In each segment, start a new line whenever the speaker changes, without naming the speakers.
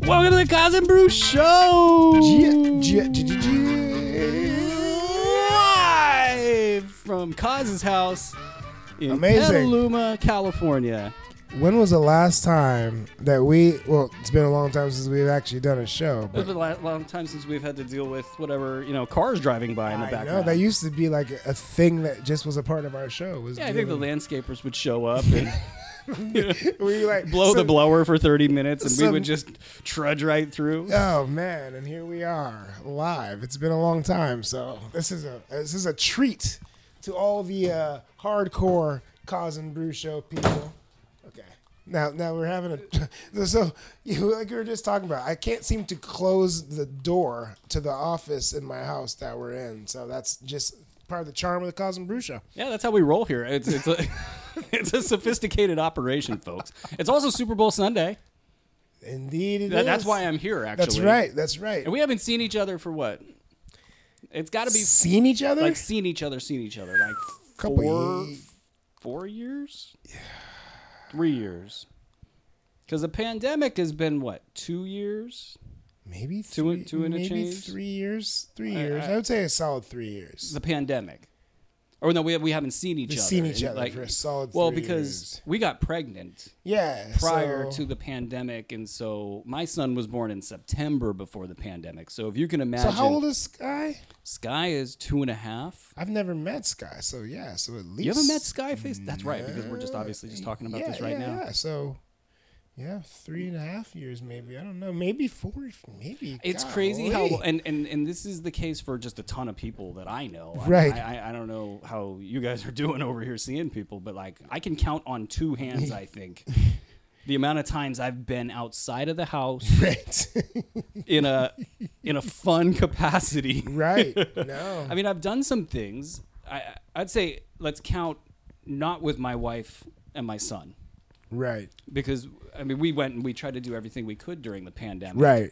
Welcome to the Cousin Brew Show. Live from Cause's house in
Amazing.
Petaluma, California.
When was the last time that we? Well, it's been a long time since we've actually done a show.
It's
But
been a lo- long time since we've had to deal with whatever you know cars driving by in the
I know
background.
that used to be like a thing that just was a part of our show. Was
yeah, I think the
dealing-
landscapers would show up and
we like
blow the
some-
blower for 30 minutes, and we
some-
would just trudge right through.
Oh man, and here we are live. It's been a long time, so this is a this is a treat to all the uh, hardcore cause and brew show people. Okay, now now we're having a so you like we were just talking about. I can't seem to close the door to the office in my house that we're in, so that's just part of the charm of the cause and brew show.
Yeah, that's how we roll here. It's it's a it's a sophisticated operation, folks. It's also Super Bowl Sunday.
Indeed, it is.
That, that's why I'm here. Actually,
That's right. That's right.
And we haven't seen each other for what? It's got to be
seen each other
like seen each other, seen each other like
Couple
four
ye-
four years, three years. Because the pandemic has been what two years?
maybe
Two
three,
and- two and a
maybe
change?
three years three years I, would say a solid three years
The pandemic, or no, we we haven't seen each
We've
other.
seen each
and,
other for a solid
Well,
three
because
years.
we got pregnant
yeah
prior
so-
to the pandemic, and so my son was born in September before the pandemic. So if you can
so
imagine,
how old is sky
Sky is two and a half.
i've never met sky so yeah so at least
You haven't met Skyface? That's right, because we're just obviously just talking about
yeah,
this right
yeah,
now.
yeah so yeah three and a half years maybe i don't know maybe four maybe
It's crazy how
golly.
and, and and this is the case for just a ton of people that I know. I-
Right.
I, I, I don't know how you guys are doing over here seeing people, but like I can count on two hands. I think the amount of times I've been outside of the house
right
in a in a fun capacity.
right no
I mean, I've done some things. I I'd say let's count not with my wife and my son
right
because I mean we went and we tried to do everything we could during the pandemic
right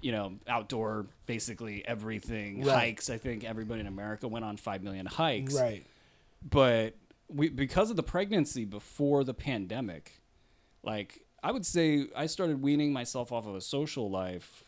you know, outdoor, basically everything.
Right.
Hikes. I think everybody in America went on five million hikes.
right
But we because of the pregnancy before the pandemic, like I would say I started weaning myself off of a social life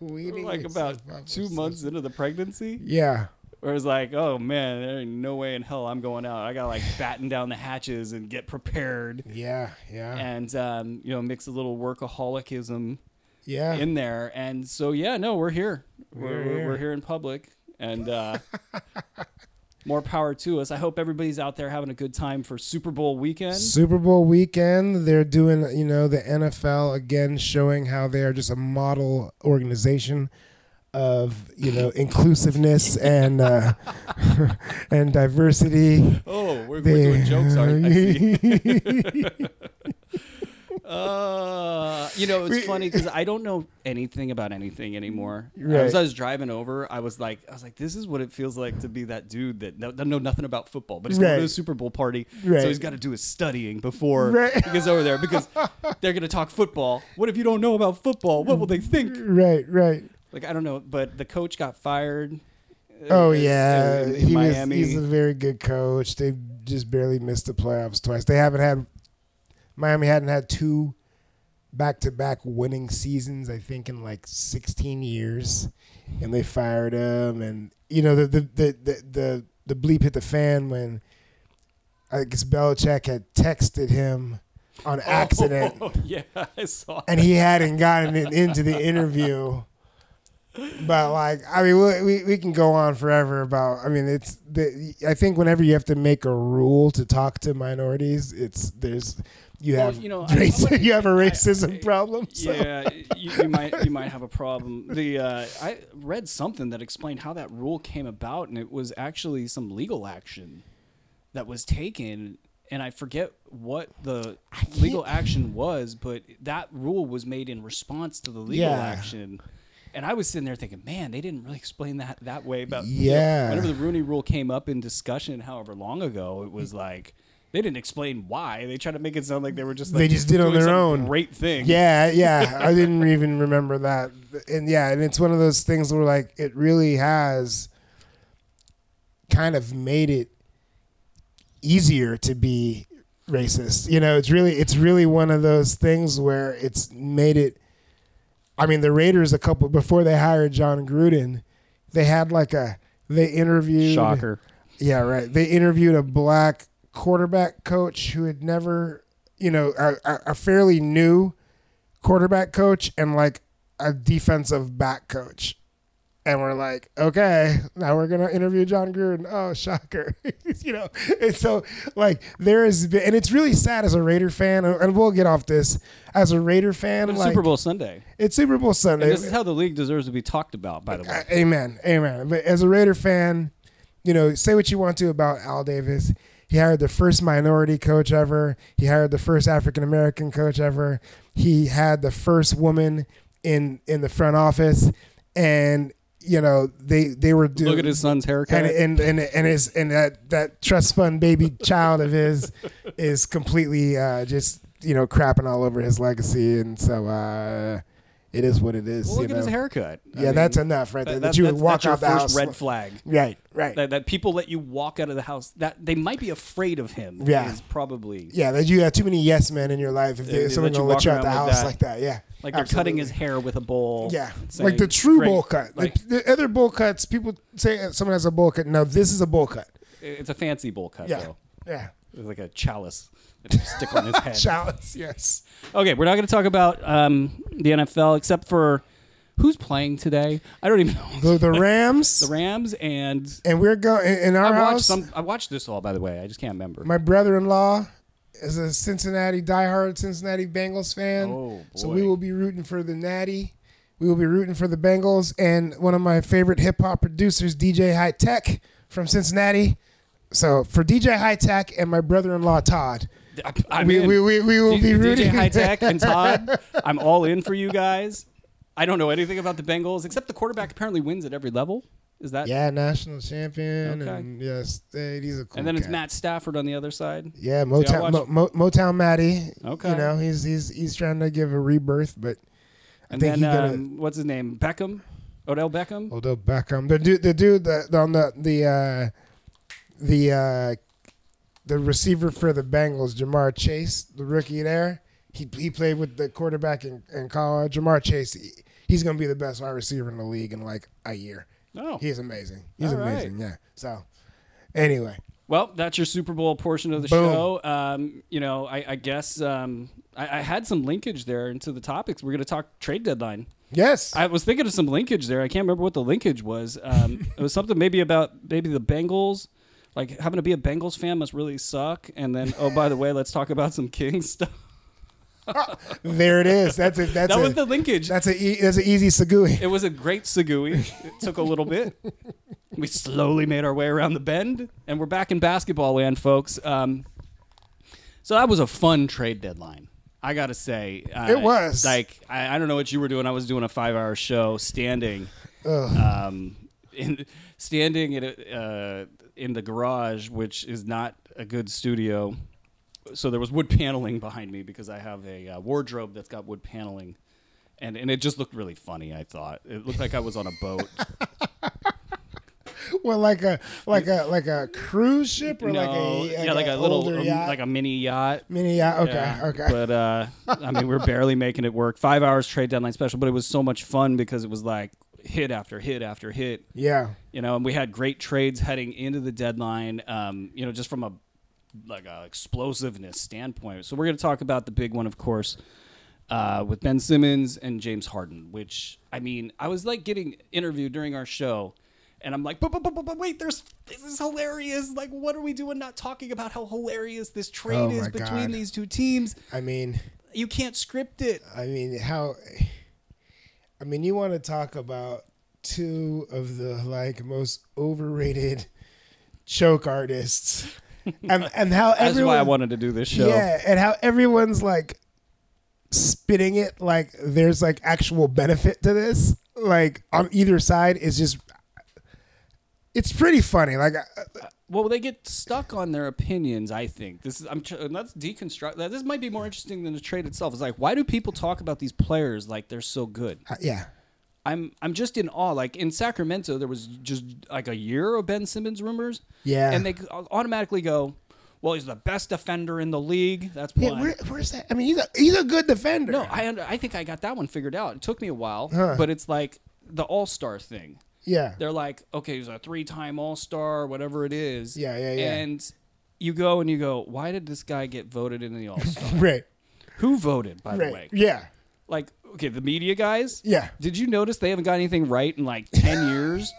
Weeding
like
yourself
about
up
two
with
months into the pregnancy.
yeah
Where it's like, oh man, there ain't no way in hell I'm going out. I gotta like batten down the hatches and get prepared.
yeah yeah
And um, you know, mix a little workaholicism
yeah
in there. And so, yeah, no, we're here. We're,
We're
we're, we're
here.
here in public. And uh, more power to us. I hope everybody's out there having a good time for Super Bowl weekend.
Super Bowl weekend, they're doing, you know, the NFL again showing how they are just a model organization of, you know, inclusiveness and uh, and diversity.
Oh, we're, we're
They-
doing jokes, aren't I see. Uh, you know, it's funny because I don't know anything about anything anymore.
Right.
As I was driving over, I was like, I was like, this is what it feels like to be that dude that no, doesn't know nothing about football, but he's going
Right.
to a Super Bowl party,
Right.
so he's got to do his studying before
Right.
he gets over there because they're going to talk football. What if you don't know about football? What will they think?
right, right.
Like I don't know, but the coach got fired. uh,
Oh
in-
yeah,
in, in
he was,
Miami.
he's a very good coach. They just barely missed the playoffs twice. They haven't had Miami hadn't had two back-to-back winning seasons, I think, in like 16 years, and they fired him. And you know the the the the the, the bleep hit the fan when I guess Belichick had texted him on accident,
Oh, yeah, I saw.
and he hadn't gotten it into the interview. But like, I mean, we, we we can go on forever about. I mean, it's the. I think whenever you have to make a rule to talk to minorities, it's there's you
Well,
have
you know, I- I
race,
wouldn't-
you have a racism problem. So.
Yeah, you, you might you might have a problem. The uh, I read something that explained how that rule came about, and it was actually some legal action that was taken, and I forget what the legal action was, but that rule was made in response to the legal
Yeah.
action. And I was sitting there thinking, man, they didn't really explain that that way. About you know,
Yeah.
whenever the Rooney Rule came up in discussion, however long ago, it was like. They didn't explain why. They tried to make it sound like they were just like
They just did on
doing
their
some
own.
great thing.
Yeah, yeah. I didn't even remember that. And yeah, and it's one of those things where like it really has kind of made it easier to be racist. You know, it's really it's really one of those things where it's made it I mean, the Raiders a couple before they hired John Gruden, they had like a they interviewed
Shocker.
Yeah, right. They interviewed a black quarterback coach who had never, you know, a, a a fairly new quarterback coach and like a defensive back coach. And we're like, okay, now we're gonna interview John Gruden. Oh, shocker! you know, and so like there has been, and it's really sad as a Raider fan, and- and we'll get off this. As a Raider fan,
It's
like,
Super Bowl Sunday.
it's Super Bowl Sunday.
And this is how the league deserves to be talked about, by the way.
Uh, amen, amen. But as a Raider fan, you know, say what you want to about Al Davis. He hired the first minority coach ever. He hired the first African American coach ever. He had the first woman in in the front office, and you know they they were doing
Look at his son's haircut.
and and and and his and that that trust fund baby child of his is completely uh, just you know crapping all over his legacy, and so uh, it is what it is.
well, look
you
at his
know?
haircut. I
Yeah,
mean,
that's enough right there.
that,
That,
that,
you
that's,
would walk
that's your
out the
first
house.
red flag.
Right, right.
That, that people let you walk out of the house. That they might be afraid of him.
Yeah.
is probably
yeah, that you have too many yes men in your life if
They- they
they, someone
let you
gonna let you
walk
out the
around
house
with that.
like that. Yeah,
like they're cutting
absolutely.
his hair with a bowl.
Yeah,
saying,
like the true
"Great."
bowl cut.
Like
the, the other bowl cuts, people say someone has a bowl cut. No, this is a bowl cut.
it's a fancy bowl cut
Yeah,
though.
yeah.
It's like a chalice that you stick on his head.
Chalice, yes.
Okay, we're not going to talk about um, the NFL except for who's playing today. I don't even know
The, the Rams,
the Rams and
and we're going in our
I watched
house.
some. I watched this all by the way. I just can't remember.
My brother-in-law is a Cincinnati diehard Cincinnati Bengals fan.
Oh,
So
boy.
we will be rooting for the Natty. We will be rooting for the Bengals and one of my favorite hip hop producers, DJ High Tech from Cincinnati. So for DJ High Tech and my brother-in-law Todd,
I, I'm
we,
in.
we, we, we will
D-
be rooting.
DJ High Tech and Todd. I'm all in for you guys. I don't know anything about the Bengals except the quarterback apparently wins at every level. Is that?
yeah, national champion.
Okay.
And yes, eh, he's a cool.
And then it's
cat.
Matt Stafford on the other side.
Yeah,
I
Motown,
watched-
Mo, Mo, Motown Matty.
Okay.
You know, he's he's he's trying to give a rebirth, but
And then
think he got a- Oh.
um, what's his name? Beckham, Odell Beckham.
Odell Beckham, the dude, the dude that on the the uh, the uh, the receiver for the Bengals, Jamar Chase, the rookie there. He he played with the quarterback in, in college. Jamar Chase, he- he's gonna be the best wide receiver in the league in like a year.
Oh,
He's amazing. He's
All right.
amazing. Yeah. So, anyway,
well, that's your Super Bowl portion of the
Boom.
show. Um, you know, I, I guess um, I, I had some linkage there into the topics. We're going to talk trade deadline.
yes,
I was thinking of some linkage there. I can't remember what the linkage was. Um, it was something maybe about maybe the Bengals. Like having to be a Bengals fan must really suck. And then, oh, by the way, let's talk about some Kings stuff.
there it is. That's it. That's
That
a,
was the linkage.
that's a e- that's an easy segui.
It was a great segui. It took a little bit. We slowly made our way around the bend, and we're back in basketball land, folks. Um, so that was a fun trade deadline. I gotta say, uh,
It was.
like I, I don't know what you were doing. I was doing a five-hour show standing, um, in standing in a, uh, in the garage, which is not a good studio. So there was wood paneling behind me because I have a uh, wardrobe that's got wood paneling, and and it just looked really funny. I thought it looked like I was on a boat.
Well, like a like a like a cruise ship or like
No,
a
yeah, like a little,
older
um,
yacht?
like a mini yacht.
mini yacht. Okay,
Yeah.
okay.
But uh, I mean, we're barely making it work. Five hours trade deadline special, but it was so much fun because it was like hit after hit after hit.
Yeah.
You know, and we had great trades heading into the deadline. Um, you know, just from a like a explosiveness standpoint. So we're going to talk about the big one, of course, uh, with Ben Simmons and James Harden. Which I mean, I was like getting interviewed during our show. And I'm like, but, but, but, but, but wait, there's this is hilarious. Like, what are we doing not talking about how hilarious this trade
Oh
is
my
between
God.
these two teams?
I mean,
You can't script it.
I mean, how? I mean, you want to talk about two of the like most overrated choke artists, and and how
That's why I
everyone,
wanted to do this show.
yeah, and how everyone's like spitting it like there's like actual benefit to this. Like on either side is just, it's pretty funny. Like, uh, I-
Well, they get stuck on their opinions. I think this is. I'm. Tr- and let's deconstruct. that. This might be more interesting than the trade itself. It's like, why do people talk about these players like they're so good?
I- uh, yeah,
I'm. I'm just in awe. Like in Sacramento, there was just like a year of Ben Simmons rumors.
Yeah.
And they c- automatically go, well, he's the best defender in the league. That's
Yeah,
one.
where, where's that? I mean, he's a he's a good defender.
no, I under, I think I got that one figured out. It took me a while,
Huh.
but it's like the All Star thing.
yeah,
They're like, okay, he's a three time All Star, whatever it is.
Yeah, yeah, yeah.
And you go and you go, why did this guy get voted in the All Star?
right,
Who voted, by the way?
right, yeah,
Like, okay, the media guys.
Yeah.
Did you notice they haven't got anything right in like ten years?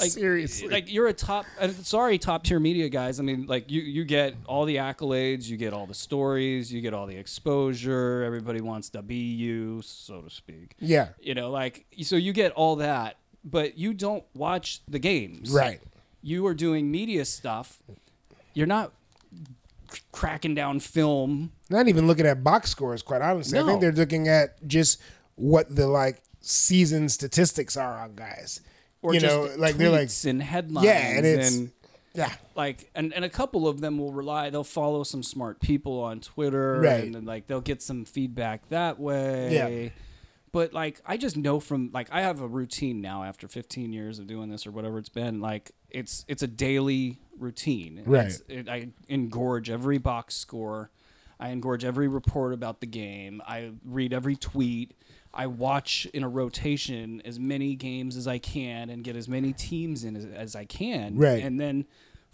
Like,
seriously,
like you're a top and sorry top tier media guys i mean like you you get all the accolades you get all the stories you get all the exposure everybody wants to be you so to speak
yeah,
you know like so you get all that but you don't watch the games
right,
you are doing media stuff you're not c- cracking down film
not even looking at box scores. Quite honestly, I think
No.
they're looking at just what the like season statistics are on guys.
or
you
just
know, like they're like
tweets and headlines
yeah, and it's
and
yeah,
like and, and a couple of them will rely they'll follow some smart people on twitter
Right.
and then like they'll get some feedback that way
Yeah.
but like i just know from like i have a routine now after 15 years of doing this or whatever it's been like it's it's a daily routine
Right.
It's- it, i engorge every box score i engorge every report about the game i read every tweet i watch in a rotation as many games as i can and get as many teams in as, as i can
Right.
and then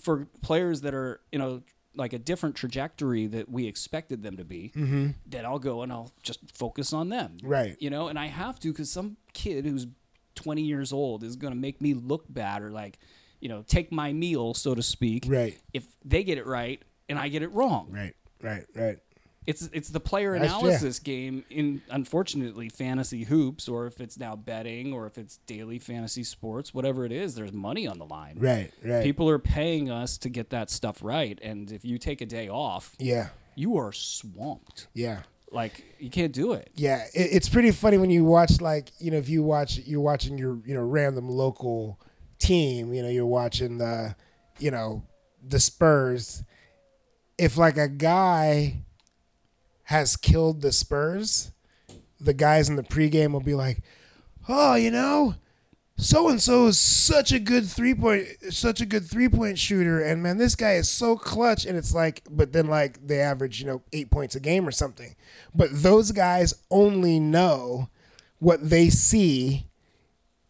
for players that are, you know, like a different trajectory that we expected them to be, then I'll go and I'll just focus on them.
Mm-hmm. Right.
You know, and I have to because some kid who's 20 years old is going to make me look bad or like, you know, take my meal, so to speak.
Right.
If they get it right and I get it wrong.
right, right, right.
It's it's the player
That's- yeah.
analysis game in unfortunately fantasy hoops or if it's now betting or if it's daily fantasy sports, whatever it is, there's money on the line.
Right, right.
People are paying us to get that stuff right, and if you take a day off,
Yeah,
you are swamped.
yeah.
Like you can't do it.
Yeah, it, it's pretty funny when you watch like you know if you watch you're watching your you know random local team you know you're watching the you know the Spurs if like a guy has killed the Spurs the guys in the pregame will be like oh you know so and so is such a good three point such a good three point shooter and man this guy is so clutch and it's like but then like they average you know eight points a game or something but those guys only know what they see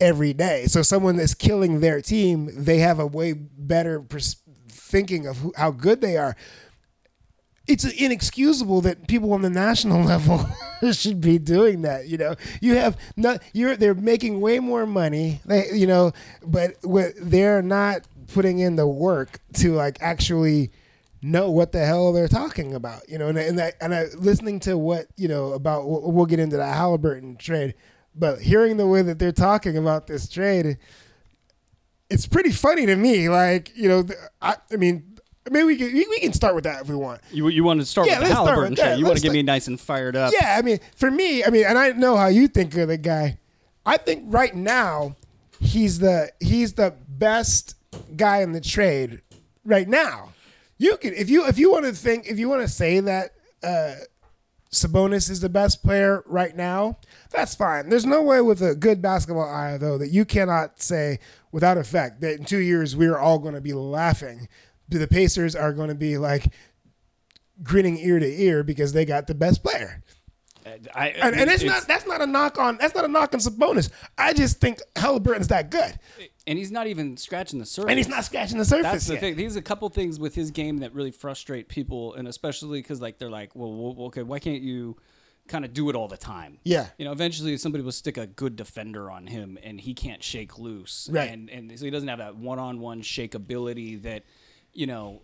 every day so someone that's killing their team they have a way better pers- thinking of who, how good they are it's inexcusable that people on the national level should be doing that. You know, you have not you're they're making way more money. They, you know, but wh- they're not putting in the work to like actually know what the hell they're talking about. You know, and and I, and I, listening to what you know about we'll we'll get into the Halliburton trade, but hearing the way that they're talking about this trade it's pretty funny to me. Like you know, th- I, I mean, maybe we can we, we can start with that if we want.
You you want to start
Yeah,
with the
let's start with
Halliburton
that.
trade. You want
Let's
to get
start-
me nice and fired up.
Yeah, I mean, for me, I mean, and I know how you think of the guy. I think right now he's the he's the best guy in the trade right now. You can if you if you want to think if you want to say that uh, Sabonis is the best player right now, that's fine. There's no way with a good basketball eye though that you cannot say without effect that in two years we're all going to be laughing. The Pacers are going to be like grinning ear to ear because they got the best player.
I,
And, and it's,
it's-
not that's not a knock on that's not a knock on Sabonis. I just think Halliburton's that good,
and he's not even scratching the surface.
and he's not scratching the surface.
That's the
yet.
thing. These are a couple things with his game that really frustrate people, and especially because like they're like, well, well, okay, why can't you kind of do it all the time?
Yeah.
You know, eventually somebody will stick a good defender on him, and he can't shake loose.
Right.
And and so he doesn't have that one-on-one shakeability that, you know,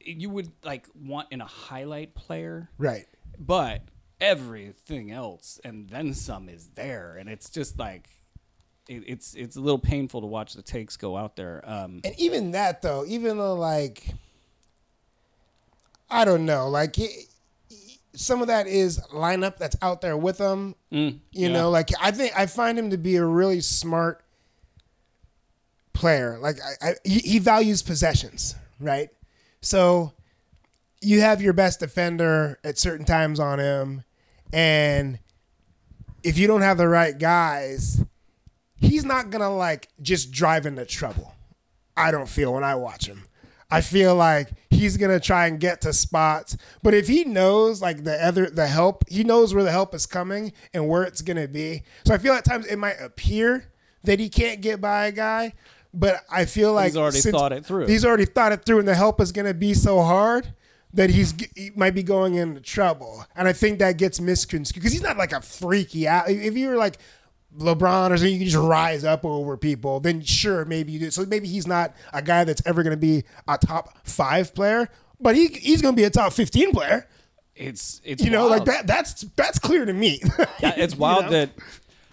you would like want in a highlight player.
Right.
But everything else and then some is there, and it's just like. it- It's it's a little painful to watch the takes go out there. Um,
And even that though, even though like I don't know, like it, some of that is lineup that's out there with him. you
Mm, yeah.
know, like I think I find him to be a really smart player. Like I, I he, he values possessions, right? So you have your best defender at certain times on him, and if you don't have the right guys, he's not gonna like just drive into trouble. I don't feel when I watch him. I feel like he's gonna try and get to spots. But if he knows like the other the help, he knows where the help is coming and where it's gonna be. So I feel at times it might appear that he can't get by a guy, but I feel like
already
since-
thought it through.
He's already thought it through, and the help is gonna be so hard that he's g- he might be going into trouble. And I think that gets misconstrued because he's not like a freaky out. If you were like LeBron or something, you can just rise up over people, then sure, maybe you do. So maybe he's not a guy that's ever going to be a top five player, but he, he's going to be a top 15 player.
It's it's
You know, like
wild.
that. That's that's clear to me.
Yeah, it's
You
wild
know?
that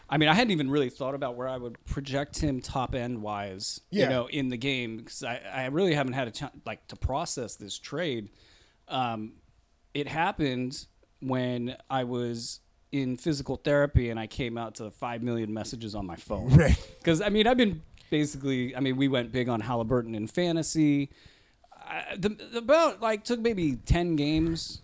I mean, I hadn't even really thought about where I would project him top end wise,
Yeah.
you know, in the game because I, I really haven't had a chance like to process this trade. Um, it happened when I was in physical therapy and I came out to five million messages on my phone.
Right.
Because I mean, I've been basically. I mean, we went big on Halliburton in fantasy. I, the, the- about like took maybe ten games,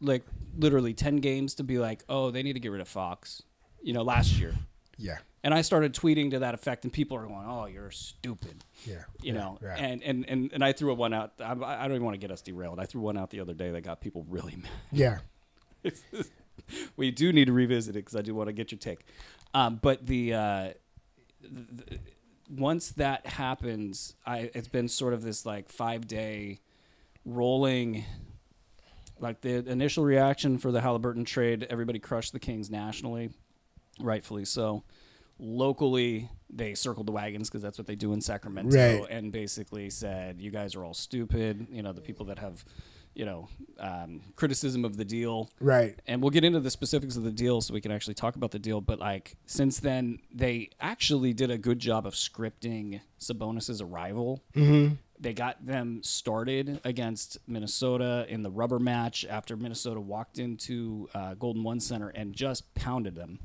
like literally ten games to be like, oh, they need to get rid of Fox. You know, last year,
Yeah.
and I started tweeting to that effect, and people are going, oh, you're stupid.
Yeah.
You know,
right.
and, and and and I threw one out. I, I don't even want to get us derailed. I threw one out the other day that got people really mad
Yeah.
we do need to revisit it because I do want to get your take. Um, but the, uh, th th- once that happens, I it's been sort of this like five day rolling. Like the initial reaction for the Halliburton trade, everybody crushed the Kings nationally, rightfully so. Locally, they circled the wagons because that's what they do in Sacramento,
Right.
and basically said, "You guys are all stupid." You know, the people that have, you know, um, criticism of the deal,
Right.
and we'll get into the specifics of the deal so we can actually talk about the deal. But like since then, they actually did a good job of scripting Sabonis's arrival. Mm-hmm. They got them started against Minnesota in the rubber match after Minnesota walked into uh, Golden One Center and just pounded them.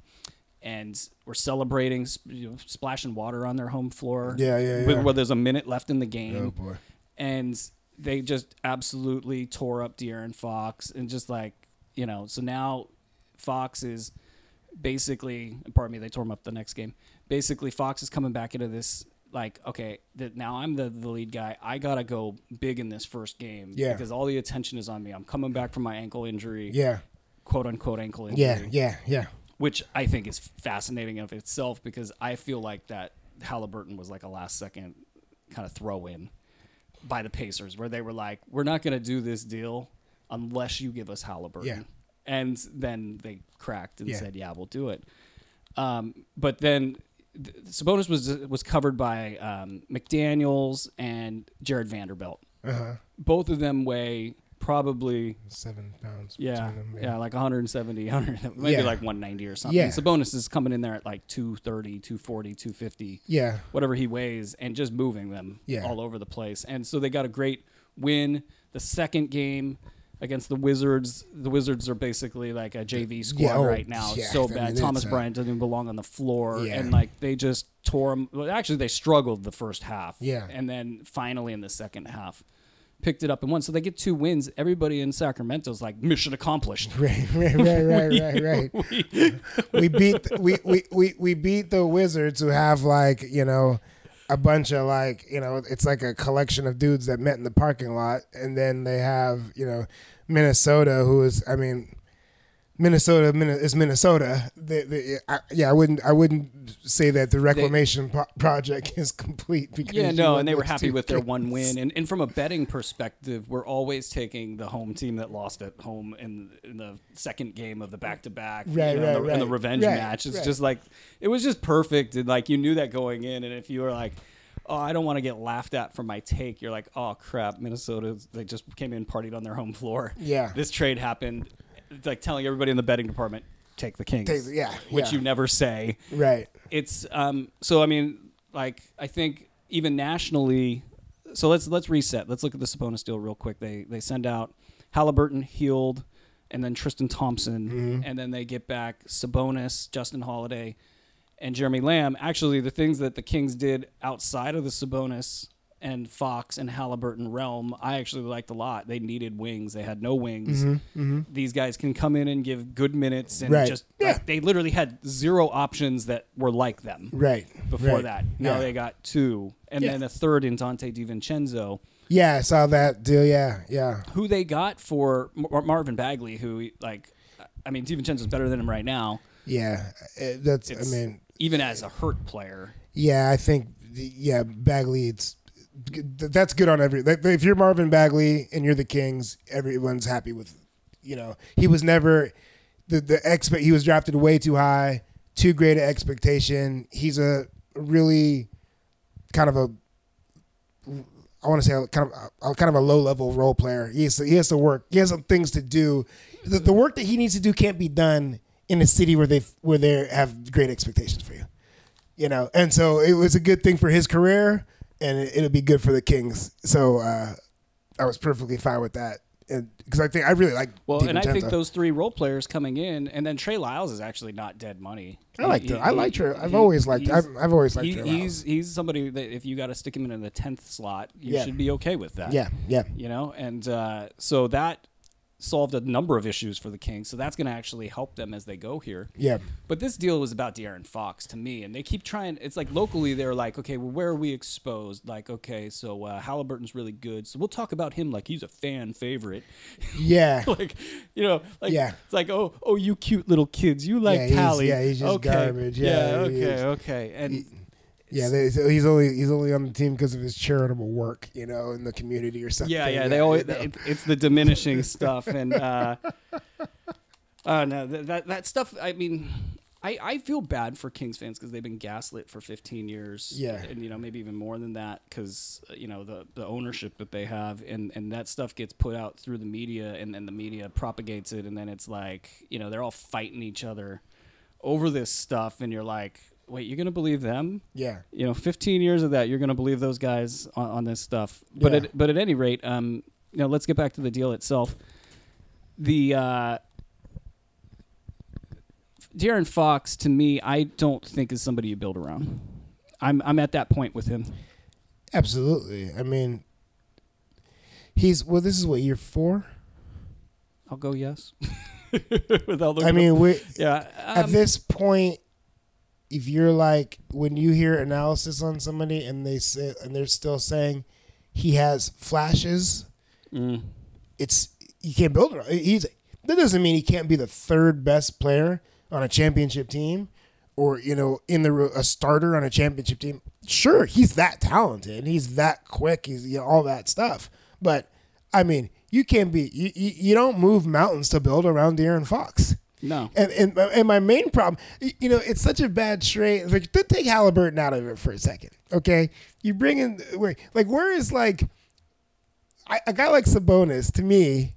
And were celebrating, sp- you know, splashing water on their home floor.
Yeah, yeah,
Where,
yeah.
where there's a minute left in the game
Oh, boy.
and they just absolutely tore up De'Aaron Fox and just like you know. So now Fox is basically, pardon me, they tore him up the next game. Basically, Fox is coming back into this like okay that now I'm the, the lead guy. I gotta go big in this first game
Yeah.
because all the attention is on me. I'm coming back from my ankle injury,
Yeah.
quote unquote ankle injury
Yeah. Yeah. Yeah.
which I think is fascinating of itself because I feel like that Halliburton was like a last second kind of throw in by the Pacers where they were like, we're not going to do this deal unless you give us Halliburton.
Yeah.
And then they cracked and
Yeah.
said, yeah, we'll do it. Um, but then th- Sabonis was was covered by um, McDaniels and Jared Vanderbilt.
Uh huh.
Both of them weigh probably
Seven pounds.
yeah,
between them,
yeah, like 170, 100, maybe
Yeah.
like 190 or something.
Yeah.
Sabonis is coming in there at like 230, 240, 250,
Yeah.
whatever he weighs, and just moving them
Yeah.
all over the place. And so they got a great win. The second game against the Wizards, the Wizards are basically like a JV squad
oh,
right now.
yeah, I
so
mean,
bad.
it's
Thomas
a-
Bryant doesn't even belong on the floor,
Yeah.
and like they just tore him. Well, actually, they struggled the first half.
Yeah.
and then finally in the second half. Picked it up and won, so they get two wins. Everybody in Sacramento's like mission accomplished.
Right, right, right, right, right, right. we beat we, we, we, we beat the wizards who have like you know a bunch of like you know it's like a collection of dudes that met in the parking lot and then they have you know minnesota who is i mean minnesota Min- is minnesota They- they- I- yeah i wouldn't i wouldn't say that the reclamation pro- project is complete because
Yeah,
you
no,
won
and they were
those
happy
two
with their
games.
one win. And, and from a betting perspective, we're always taking the home team that lost at home in, in the second game of the back to back,
Right,
and, the,
right,
and the
right,
revenge
right,
match. It's
right.
just like it was just perfect, and like you knew that going in. And if you were like, "Oh, I don't want to get laughed at for my take," you're like, "Oh crap, Minnesota! They just came in, partied on their home floor.
Yeah.
this trade happened. It's like telling everybody in the betting department, take the Kings,
Take the- yeah,
which
yeah.
you never say,
right
it's um so i mean like i think even nationally so let's let's reset let's look at the sabonis deal real quick they they send out halliburton healed and then tristan thompson
Mm-hmm.
and then they get back sabonis justin holiday and jeremy lamb actually the things that the kings did outside of the sabonis and fox and halliburton realm i actually liked a lot they needed wings they had no wings these guys can come in and give good minutes and
Mm-hmm. Right.
just
Yeah.
they literally had zero options that were like them
right
before
right.
that. Now
Yeah.
they got two, and
Yeah.
then a third in Dante DiVincenzo.
Yeah, I saw that deal. Yeah, yeah.
who they got for Mar- Marvin Bagley, who like, I mean, DiVincenzo's better than him right now,
Yeah, Uh, that's. I mean,
even as a hurt player.
yeah, I think. Yeah, Bagley. It's that's good on every. Like, if you're Marvin Bagley and you're the Kings, everyone's happy with. You know, he was never the the expect. He was drafted way too high, too great an expectation. He's a really kind of a. I want to say kind of a, kind of a low level role player. He has to, he has to work. He has some things to do. The, the work that he needs to do can't be done in a city where they where they have great expectations for you you know and so it was a good thing for his career and it, it'll be good for the kings so uh, i was perfectly fine with that because i think i really like
Well, and I think
DiVincenzo.
those three role players coming in, and then Trey Lyles is actually not dead money.
I like
He-
Trey- I
he-
like Trey- I've
he-
always liked-
he's-
I've- I've always liked
he-
Trey Lyles.
He's he's somebody that if you got to stick him in in the tenth slot, you
Yeah.
should be okay with that.
yeah yeah
you know, and uh, so that solved a number of issues for the Kings. So that's going to actually help them as they go here.
yeah
But this deal was about De'Aaron Fox to me, and they keep trying. It's like locally, they're like, okay, well, where are we exposed? Like, okay, so uh, Halliburton's really good, so we'll talk about him like he's a fan favorite.
yeah
like, you know, like
Yeah.
it's like, oh, oh, you cute little kids, you like
Yeah, he's-
Tally?
yeah, he's just
okay.
garbage. Yeah,
okay,
he is.
okay, and
yeah they, so he's only he's only on the team because of his charitable work you know in the community or something
yeah, yeah, they always it, it's the diminishing stuff, and uh, uh no, that, that that stuff. I mean. I, I feel bad for Kings fans because they've been gaslit for 15 years.
Yeah.
And, you know, maybe even more than that because, you know, the, the ownership that they have and, and that stuff gets put out through the media and then the media propagates it. And then it's like, you know, they're all fighting each other over this stuff. And you're like, wait, you're going to believe them?
yeah
you know, 15 years of that, you're going to believe those guys on, on this stuff. But
Yeah.
at, but at any rate, um, you know, let's get back to the deal itself. The uh, Darren Fox, to me, I don't think is somebody you build around. I'm I'm at that point with him.
absolutely i mean he's well this is what year four
I'll go yes. Without looking
i mean we
yeah, um,
at this point, if you're like when you hear analysis on somebody and they say and they're still saying he has flashes,
mm,
it's you can't build it. He's that doesn't mean he can't be the third best player on a championship team, or you know, in the ro- a starter on a championship team. Sure, he's that talented. He's that quick. He's you know, all that stuff. But I mean, you can't be. You, you, you don't move mountains to build around De'Aaron Fox.
no.
And, and and my main problem, y- you know, it's such a bad trade. Like, to take Halliburton out of it for a second, okay? You bring in wait, like where is like I, a guy like Sabonis to me?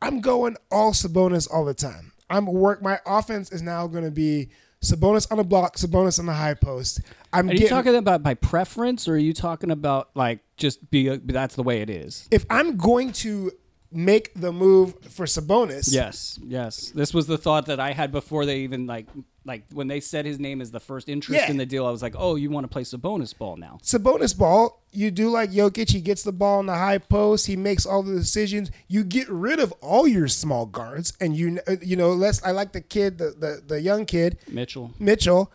I'm going all Sabonis all the time. I'm work. My offense is now going to be Sabonis on the block, Sabonis on the high post. I'm
Are
getting,
you talking about by preference, or are you talking about like just be that's the way it is?
if I'm going to make the move for Sabonis,
Yes, yes. This was the thought that I had before they even like like when they said his name as the first interest
Yeah.
in the deal. I was like, oh, you want to play Sabonis ball now?
Sabonis ball, you do like Jokic. He gets the ball in the high post. He makes all the decisions. You get rid of all your small guards, and you you know less. I like the kid, the the, the young kid
Mitchell,
Mitchell,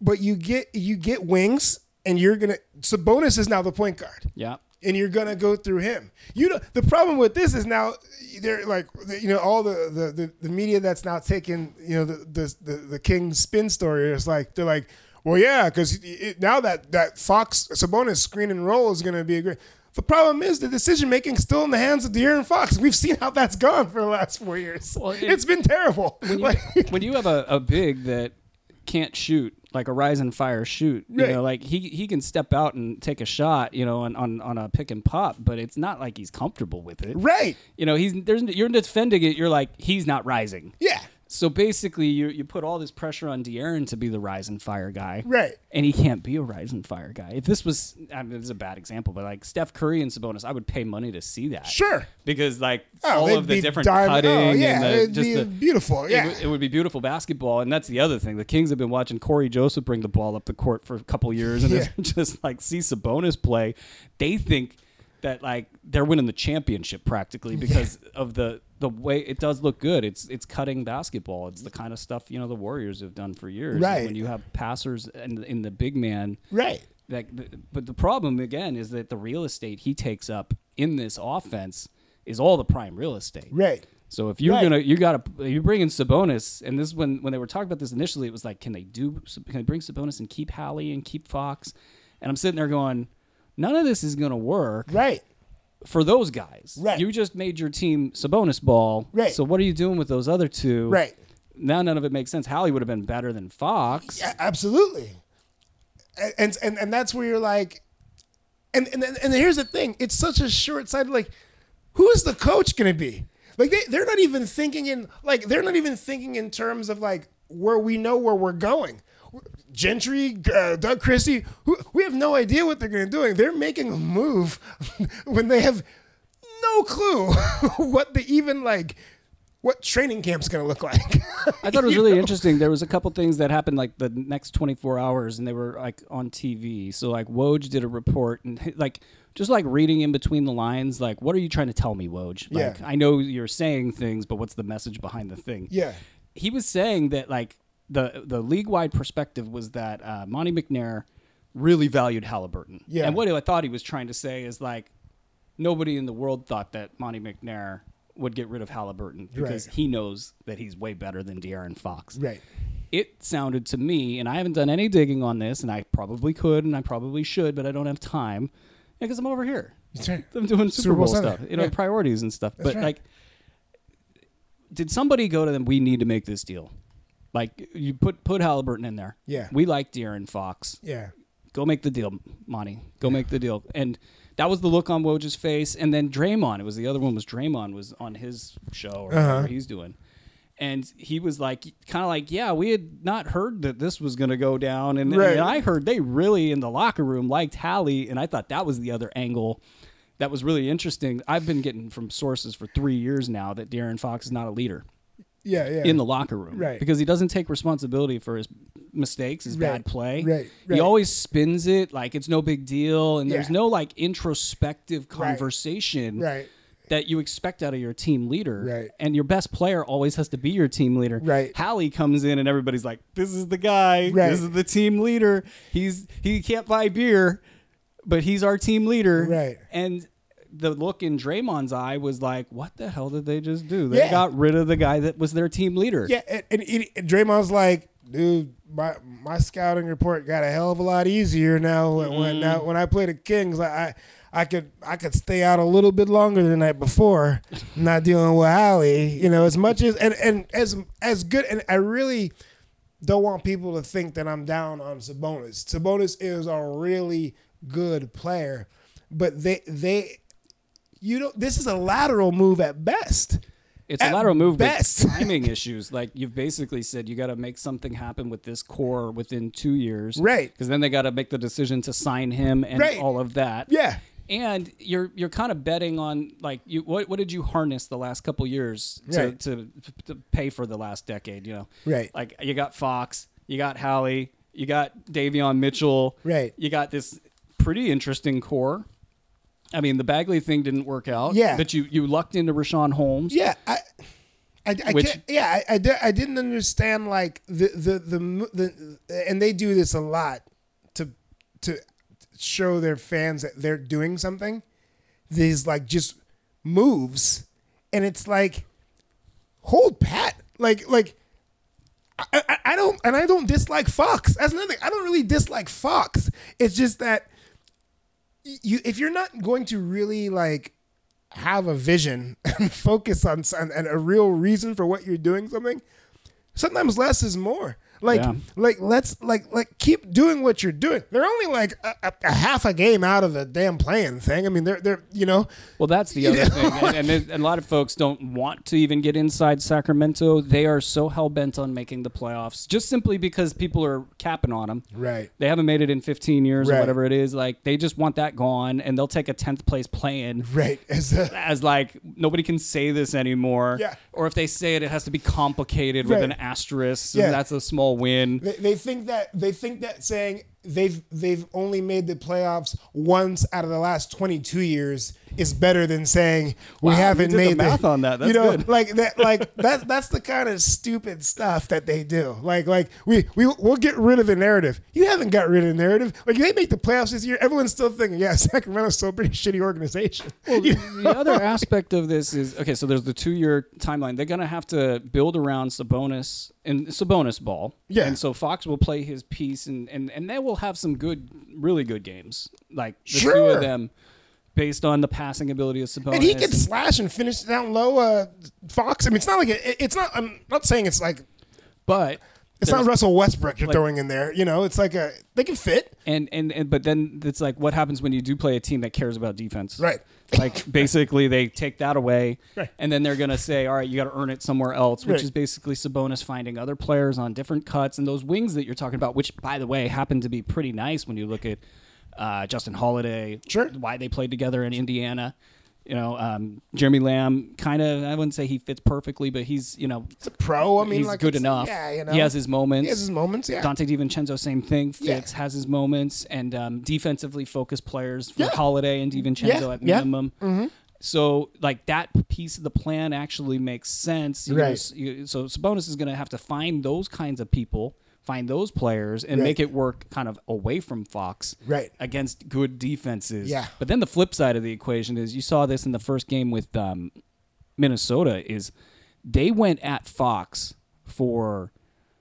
but you get you get wings, and you're gonna Sabonis is now the point guard
yeah.
and you're gonna go through him. You know the problem with this is now they're like you know all the the, the, the media that's now taking you know the the the, the King spin story is like they're like well yeah because now that that Fox Sabonis screen and roll is gonna be a great. The problem is the decision making still in the hands of De'Aaron Fox. We've seen how that's gone for the last four years.
Well, it-
it's been terrible. Like-
When you have a, a big that can't shoot like a rise and fire shoot, you
Right.
know, like he he can step out and take a shot, you know, on, on on a pick and pop, but it's not like he's comfortable with it.
right?
You know, he's there's you're defending it. You're like he's not rising.
Yeah.
So basically, you you put all this pressure on De'Aaron to be the rise and fire guy,
Right.
And he can't be a rise and fire guy. If this was, I mean, this is a bad example, but like Steph Curry and Sabonis, I would pay money to see that,
Sure.
because like
Oh,
all
they'd
of the
be
different
diamond-
cutting
oh, yeah,
and the,
it'd
just
be
the.
beautiful.
It,
Yeah,
would, it would be beautiful basketball, and that's the other thing. The Kings have been watching Corey Joseph bring the ball up the court for a couple years, and
Yeah.
it's just like see Sabonis play. They think that like they're winning the championship practically because of the the way it does look good. It's it's cutting basketball. It's the kind of stuff you know the Warriors have done for years. is
Right.
When you have passers in, in the big man
right.
That, but the problem again is that the real estate he takes up in this offense is all the prime real estate.
Right.
So if you're
Right.
gonna you gotta you bring in Sabonis, and this when when they were talking about this initially, it was like, can they do can they bring Sabonis and keep Hallie and keep Fox? And I'm sitting there going, none of this is gonna work
Right.
for those guys.
Right.
You just made your team Sabonis ball.
Right.
So what are you doing with those other two?
Right.
Now none of it makes sense. Hallie would have been better than Fox.
Yeah, absolutely. And- And and and that's where you're like, and and and here's the thing: it's such a short-sighted. Like, who is the coach going to be? Like they they're not even thinking in like they're not even thinking in terms of like where we know where we're going. Gentry, uh, Doug Christie, who, we have no idea what they're going to do. They're making a move when they have no clue what the even like what training camp's going to look like.
I thought it was really interesting. There was a couple things that happened like the next 24 hours, and they were like on TV. So like Woj did a report, and like just like reading in between the lines, like what are you trying to tell me, Woj? Like
Yeah.
I know you're saying things, but what's the message behind the thing?
yeah.
he was saying that like the the league wide perspective was that uh, Monty McNair really valued Halliburton.
Yeah.
And what I thought he was trying to say is like nobody in the world thought that Monty McNair would get rid of Halliburton because
Right.
he knows that he's way better than De'Aaron Fox.
Right.
It sounded to me, and I haven't done any digging on this, and I probably could, and I probably should, but I don't have time because I'm over here.
right.
I'm doing Super,
Bowl
Bowl,
Sunday.
stuff, you know,
Yeah.
priorities and stuff. but
right.
like, did somebody go to them? We need to make this deal. Like you put put Halliburton in there.
Yeah.
we like De'Aaron Fox.
Yeah.
Go make the deal, Monty. Go make the deal. And that was the look on Woj's face. And then Draymond. It was the other one was Draymond was on his show or whatever he's doing. And he was like, kind of like, yeah, we had not heard that this was going to go down. And,
Right.
and I heard they really in the locker room liked Hallie. And I thought that was the other angle that was really interesting. I've been getting from sources for three years now that Darren Fox is not a leader
Yeah. Yeah.
in the locker room.
Right.
Because he doesn't take responsibility for his mistakes, his
Right.
bad play.
Right. Right.
He always spins it like it's no big deal. And there's
Yeah.
no like introspective
Right.
conversation
Right.
that you expect out of your team leader.
Right.
And your best player always has to be your team leader.
Right.
Hallie comes in and everybody's like, This is the guy.
Right.
This is the team leader. He's he can't buy beer, but he's our team leader.
Right.
And the look in Draymond's eye was like, What the hell did they just do? They
Yeah.
got rid of the guy that was their team leader.
Yeah, and, and, and- and Draymond's like, dude, my my scouting report got a hell of a lot easier now. When, when now when I played at Kings, I, I I could I could stay out a little bit longer than the night before, not dealing with Allie. You know, as much as and and as as good and I really don't want people to think that I'm down on Sabonis. Sabonis is a really good player, but they they you don't this is a lateral move at best.
It's a
At
lateral move
best.
with timing issues. Like you've basically said, you got to make something happen with this core within two years,
Right.
Because then they got to make the decision to sign him and
Right.
all of that.
Yeah.
And you're you're kind of betting on like you what what did you harness the last couple years to,
Right.
to to pay for the last decade? You know,
Right.
Like you got Fox, you got Hallie, you got Davion Mitchell,
Right.
You got this pretty interesting core. I mean, the Bagley thing didn't work out.
Yeah.
but you you lucked into Rashawn Holmes.
Yeah, I, I, I
Which-
can't, yeah, I, I, di- I didn't understand like the the, the mo- the and they do this a lot to to show their fans that they're doing something. These like just moves, and it's like hold pat, like like. I, I, I don't and I don't dislike Fox. That's another thing. I don't really dislike Fox. It's just that you if you're not going to really like have a vision and focus on some- and a real reason for what you're doing something sometimes less is more like
Yeah.
like let's like like keep doing what you're doing they're only like a, a, a half a game out of the damn playing thing i mean they're they're you know
Well, that's the other thing, and, and, it- and a lot of folks don't want to even get inside Sacramento. They are so hell bent on making the playoffs, just simply because people are capping on them.
right
They haven't made it in 15 years
Right.
or whatever it is. Like they just want that gone, and they'll take a 10th place play-in
right as a,
as like nobody can say this anymore.
Yeah.
Or if they say it, it has to be complicated
Right.
with an asterisk.
Yeah.
And that's a small win.
they, they think that they think that saying they've they've only made the playoffs once out of the last 22 years is better than saying
Wow,
we
you
haven't
did the
made
math on that.
you
That's
know,
good.
like that, like that. That's the kind of stupid stuff that they do. Like, like we we we'll get rid of the narrative. You haven't got rid of the narrative. Like they make the playoffs this year. Everyone's still thinking, yeah, Sacramento's still a pretty shitty organization. You know?
the other aspect of this is okay. So there's the two-year timeline. They're gonna have to build around Sabonis and Sabonis ball.
Yeah.
And so Fox will play his piece, and and and they will have some good, really good games. Like the two
Sure.
of them, based on the passing ability of Sabonis.
And he could slash and finish down low. Uh, Fox. I mean, it's not like it, it- it's not. I'm not saying it's like
but
it's not
there's-
Russell Westbrook you're throwing in there. You know, it's like a they can fit.
And, and and but then it's like what happens when you do play a team that cares about defense?
Right.
Like basically they take that away,
Right.
and then they're gonna say, all right, you got to earn it somewhere else, which
Right.
is basically Sabonis finding other players on different cuts and those wings that you're talking about, which by the way happen to be pretty nice when you look at uh, Justin Holiday,
Sure.
why they played together in Indiana. You know, um, Jeremy Lamb kind of, I wouldn't say he fits perfectly, but he's, you know,
It's a pro. I mean,
he's
like
good
it's-
enough.
Yeah, you know,
He has his moments.
He has his moments. Yeah.
Dante DiVincenzo, same thing.
Yeah.
Fitz has his moments, and um, defensively focused players for
Yeah.
Holiday and DiVincenzo
Yeah,
at
yeah. Mm-hmm.
minimum. So, like that piece of the plan actually makes sense. You know,
Right.
s- you- so Sabonis is going to have to find those kinds of people, find those players, and
Right.
make it work kind of away from Fox,
Right.
Against good defenses.
Yeah.
But then the flip side of the equation is you saw this in the first game with um, Minnesota is they went at Fox for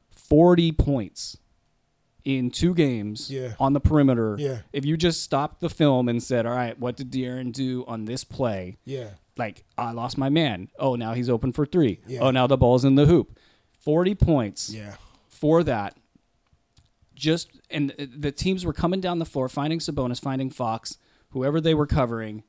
40 points in two games
Yeah.
on the perimeter.
Yeah.
If you just stopped the film and said, "All right, what did De'Aaron do on this play?"
Yeah.
Like, I lost my man. Oh, now he's open for three.
Yeah.
Oh, now the ball's in the hoop. 40 points
Yeah.
for that. Just and uh, the teams were coming down the floor, finding Sabonis, finding Fox, whoever they were covering,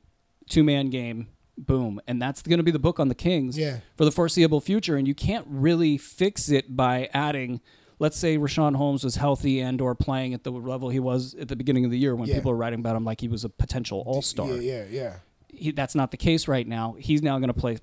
two man game, boom, and that's going to be the book on the Kings
Yeah.
for the foreseeable future. And you can't really fix it by adding, let's say Rashawn Holmes was healthy and or playing at the level he was at the beginning of the year when
Yeah.
people were writing about him like he was a potential All Star
Yeah. Yeah. Yeah.
he, that's not the case right now. He's now going to play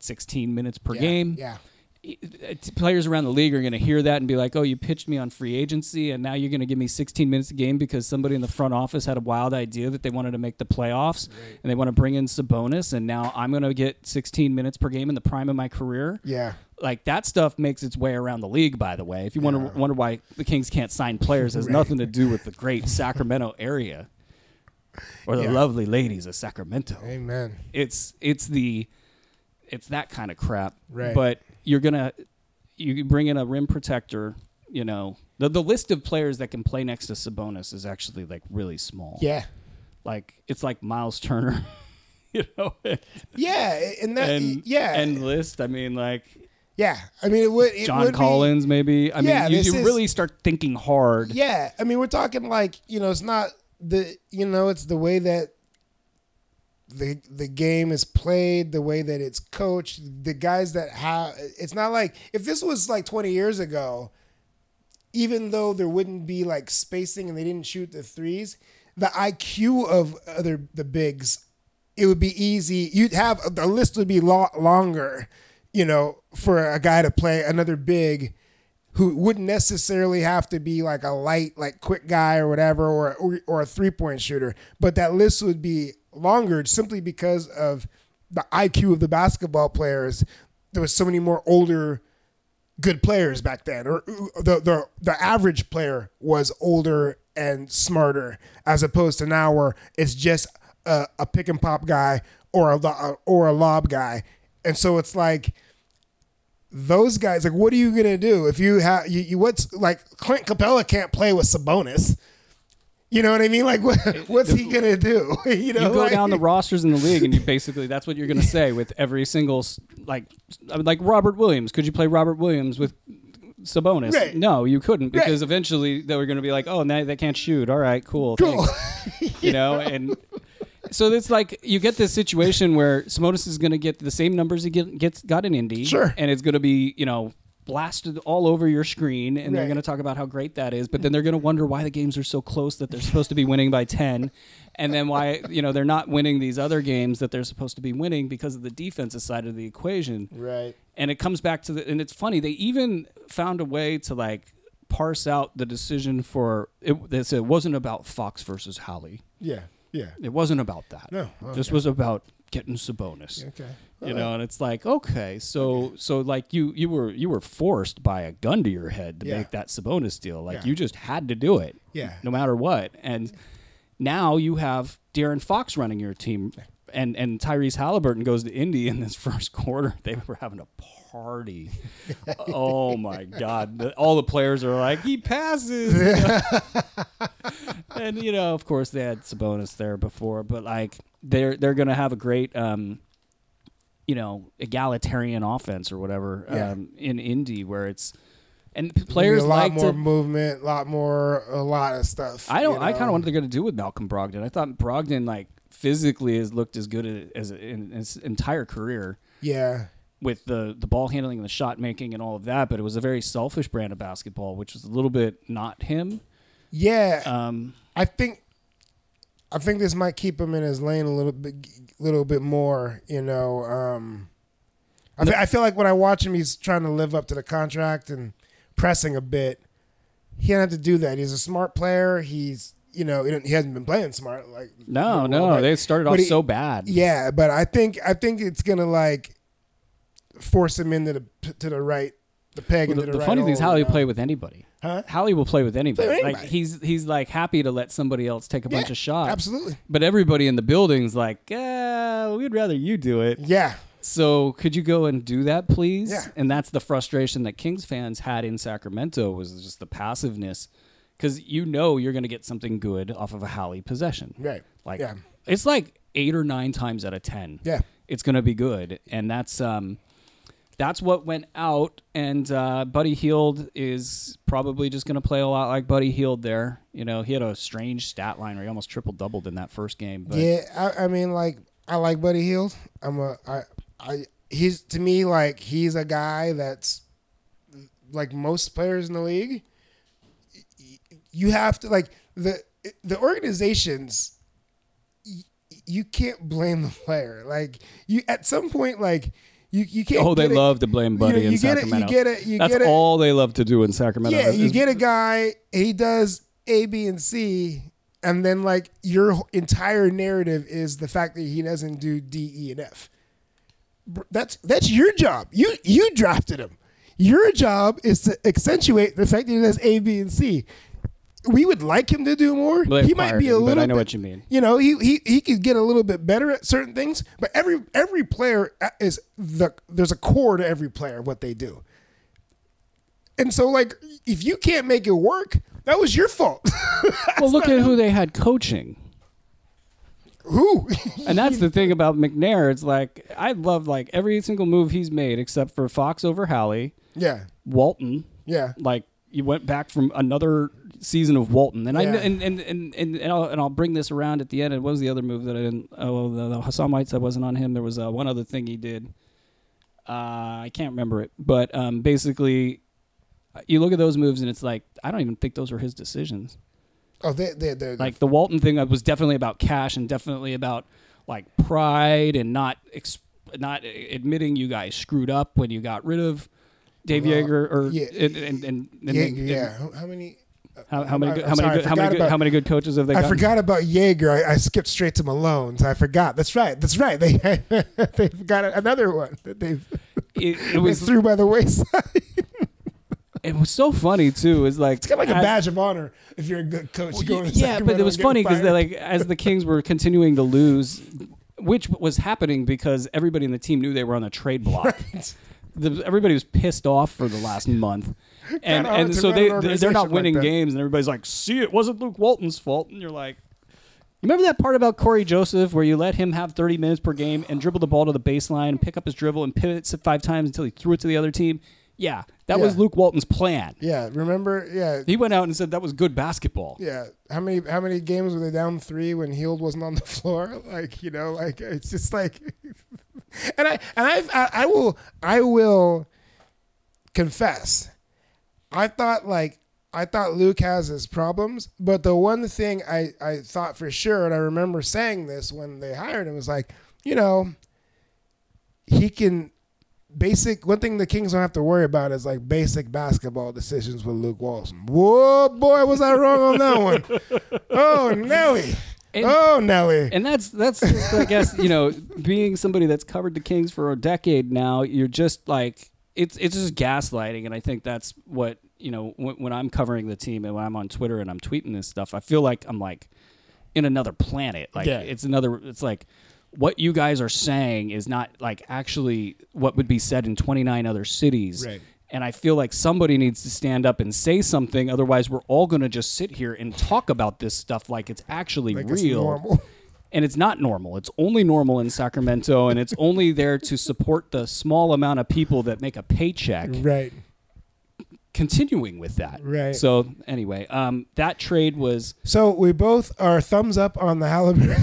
16 minutes per
Yeah,
game.
yeah.
He- uh, t- Players around the league are going to hear that and be like, "Oh, you pitched me on free agency, and now you're going to give me 16 minutes a game because somebody in the front office had a wild idea that they wanted to make the playoffs and they want to bring in Sabonis, and now I'm going to get 16 minutes per game in the prime of my career."
Yeah.
Like that stuff makes its way around the league. By the way, if you wonder wonder why the Kings can't sign players, it has nothing to do with the great Sacramento area or the
Yeah.
lovely ladies of Sacramento
Amen.
it's it's the it's that kind of crap
Right.
but you're gonna you can bring in a rim protector you know the, the list of players that can play next to sabonis is actually like really small
Yeah.
like it's like miles turner you know
Yeah. And that.
and
yeah.
and list i mean like
yeah. I mean, it would. It
john
would be-
collins maybe i
Yeah,
mean
this
you, you
is-
really start thinking hard
Yeah, I mean, we're talking like you know, it's not the you know, it's the way that the the game is played, the way that it's coached, the guys that have. It's not like if this was like twenty years ago, even though there wouldn't be like spacing and they didn't shoot the threes, the IQ of other the bigs, it would be easy. You'd have the list would be lo- longer, you know, for a guy to play another big who wouldn't necessarily have to be like a light, like quick guy or whatever, or or, or a three point shooter. But that list would be longer simply because of the IQ of the basketball players. There was so many more older good players back then, or uh, the the the average player was older and smarter, as opposed to now where it's just a, a pick and pop guy or a lo- uh, or a lob guy, and so it's like those guys like what are you gonna do if you have you, you what's like Clint Capella can't play with Sabonis. You know what I mean? Like, what, what's he gonna do? you
you
know,
go
like-
down the rosters in the league, and you basically that's what you're going to say with every single s- like I mean, like Robert Williams. Could you play Robert Williams with Sabonis?
Right.
No, you couldn't
Right.
because eventually they were going to be like, oh, now they can't shoot. All right, cool, thanks. you know, and so it's like you get this situation where Sabonis is going to get the same numbers he get, gets got in Indy,
Sure.
and it's going to be you know. Blasted all over your screen, and they're
Right.
going to talk about how great that is, but then they're going to wonder why the games are so close that they're supposed to be winning by 10 and then why you know they're not winning these other games that they're supposed to be winning because of the defensive side of the equation
right?
and it comes back to the and it's funny they even found a way to like parse out the decision for it. They said it wasn't about Fox versus Holly.
Yeah. Yeah.
It wasn't about that.
No,
This
okay.
was about getting Sabonis.
Okay.
You know, and it's like, okay, so so like you you were you were forced by a gun to your head to
Yeah.
make that Sabonis deal. Like
Yeah.
you just had to do it.
Yeah.
No matter what. And now you have Darren Fox running your team and and Tyrese Halliburton goes to Indy in this first quarter. They were having a party. oh my god. The- all the players are like, "He passes." and you know, of course, they had Sabonis there before, but like they're they're gonna have a great, um, you know, egalitarian offense or whatever
Yeah.
um, in Indy, where it's and p-
There'll be
players
a lot
like
more
to.
movement, a lot more, a lot of stuff.
I don't.
you
I kind
know?
of wanted to go to do with Malcolm Brogdon. I thought Brogdon like physically has looked as good as, as in his entire career
Yeah.
with the the ball handling and the shot making and all of that, but it was a very selfish brand of basketball, which was a little bit not him.
Yeah.
Um,
I think I think this might keep him in his lane a little bit, little bit more. You know, um, I, fe- I feel like when I watch him, he's trying to live up to the contract and pressing a bit. He didn't have to do that. He's a smart player. He's you know he, don't- he hasn't been playing smart like
no,
well,
no,
but-
they started
but
off
he-
so bad.
yeah, but I think I think it's gonna like force him into the to the right the peg
Well, the,
into the,
the
right
funny thing is
hole,
how he
you know?
play with anybody.
Huh?
Howie will play with anybody.
Play with
Like
anybody.
he's he's like happy to let somebody else take a bunch
Yeah,
of shots.
absolutely
But everybody in the building's like, uh, we'd rather you do it.
yeah
So could you go and do that, please?
Yeah.
And that's the frustration that Kings fans had in Sacramento was just the passiveness, because you know you're going to get something good off of a Halley possession.
Right.
Like
Yeah.
it's like eight or nine times out of ten.
Yeah.
It's going to be good, and that's um, that's what went out. And uh, Buddy Heald is probably just going to play a lot like Buddy Heald there. You know, he had a strange stat line where he almost triple doubled in that first game. But
Yeah, I, I mean, like I like Buddy Heald. I'm a I I he's to me like he's a guy that's like most players in the league. You have to like the the organizations. y- You can't blame the player. Like you at some point, like you you can't.
Oh, they
get a-
love to blame Buddy
you,
in
you get
Sacramento.
It, you get it. You
That's
get it.
all they love to do in Sacramento.
Yeah,
is-
you
is-
get a guy, he does A, B, and C, and then like your wh- entire narrative is the fact that he doesn't do D, E, and F. Br- That's that's your job. You you drafted him. Your job is to accentuate the fact that he does A, B, and C. We would like him to do more.
Well, they
he might
fired
be a
him,
little.
but I know
bit-
what you mean.
you know he, he he could get a little bit better at certain things but every every player is the there's a core to every player what they do and so like if you can't make it work that was your fault
well, look at who they had coaching.
who
And that's the thing about McNair. It's like I love like every single move he's made except for Fox over Halley,
yeah
Walton.
yeah
Like you went back from another season of Walton, and I
Yeah.
kn- and and and and, and, I'll, and I'll bring this around at the end. And what was the other move that I didn't? Oh, the, the Hassan Whiteside wasn't on him. There was uh, one other thing he did. Uh, I can't remember it, but um, basically, you look at those moves and it's like I don't even think those were his decisions.
oh they they they
like the Walton thing uh, was definitely about cash and definitely about like pride and not ex- not e, admitting you guys screwed up when you got rid of Dave
Well,
Yeager or
yeah.
and and, and, and,
yeah,
and-
yeah. How- how many
How, how many
I'm
good, how
sorry, I
many good, how many
forgot
good,
about-
how many good coaches have they
I
gotten?
forgot about Jaeger. I, I skipped straight to Malone's. I forgot. That's right. That's right. They they've got another one that they've
It, it
they
was
threw by the wayside.
it was so funny too. Is like
It's kind of like a
as-
badge of honor if you're a good coach. you go to
yeah, but
Sacramento
it was
and get
funny because
fired.
like as the Kings were continuing to lose, which was happening because everybody in the team knew they were on the trade block. The, everybody was pissed off for the last month, and
hard
and
to
so
run
they
an
they- they're not
organization like
winning
that.
games, and everybody's like, "See, it wasn't Luke Walton's fault," and you're like. Remember that part about Corey Joseph where you let him have 30 minutes per game and dribble the ball to the baseline, pick up his dribble, and pivot it five times until he threw it to the other team? Yeah, that was
Yeah.
Luke Walton's plan.
yeah, remember? Yeah,
He went out and said that was good basketball.
yeah. How many how many games were they down three when Heald wasn't on the floor? Like you know, like it's just like, and I and I've, I I will I will confess, I thought like I thought Luke has his problems, but the one thing I I thought for sure, and I remember saying this when they hired him, was like, you know, he can basic one thing the Kings don't have to worry about is like basic basketball decisions with Luke Walton. Whoa, boy, was I wrong on that one? Oh, Nelly.
And-
oh, Nelly.
And that's that's just, I guess you know being somebody that's covered the Kings for a decade now, you're just like it's it's just gaslighting, and I think that's what you know when, when I'm covering the team and when I'm on Twitter and I'm tweeting this stuff, I feel like I'm like in another planet. Like
Yeah.
it's another. It's like what you guys are saying is not like actually what would be said in 29 other cities.
Right.
And I feel like somebody needs to stand up and say something. Otherwise, we're all going to just sit here and talk about this stuff like it's actually
Like
real
it's normal.
and it's not normal. It's only normal in Sacramento, and it's only there to support the small amount of people that make a paycheck.
Right.
Continuing with that,
Mm-hmm. Right.
So anyway, um, that trade was
So we both are thumbs up on the Halliburton.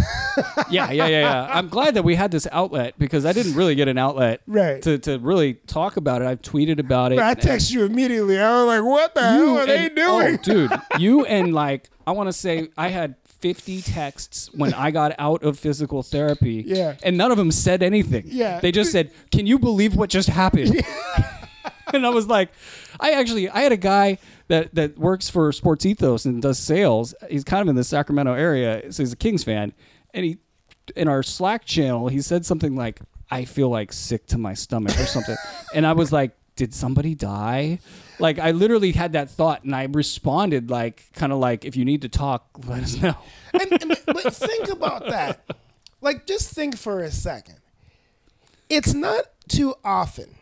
yeah, yeah, yeah, yeah. I'm glad that we had this outlet because I didn't really get an outlet
Right.
to to really talk about it. I've tweeted about it.
I
and-
text you immediately. I was like, what the hell
you
are they
and- oh,
doing?
dude, you and like I want to say I had 50 texts when I got out of physical therapy.
Yeah.
And none of them said anything.
Yeah.
They just said, "Can you believe what just happened?" and I was like, I actually I had a guy that that works for Sports Ethos and does sales. He's kind of in the Sacramento area, so he's a Kings fan, and he in our Slack channel he said something like, "I feel like sick to my stomach" or something, and I was like. Did somebody die? Like I literally had that thought, and I responded like, kind of like, if you need to talk, let us know.
and, and- but think about that. Like, just think for a second. It's not too often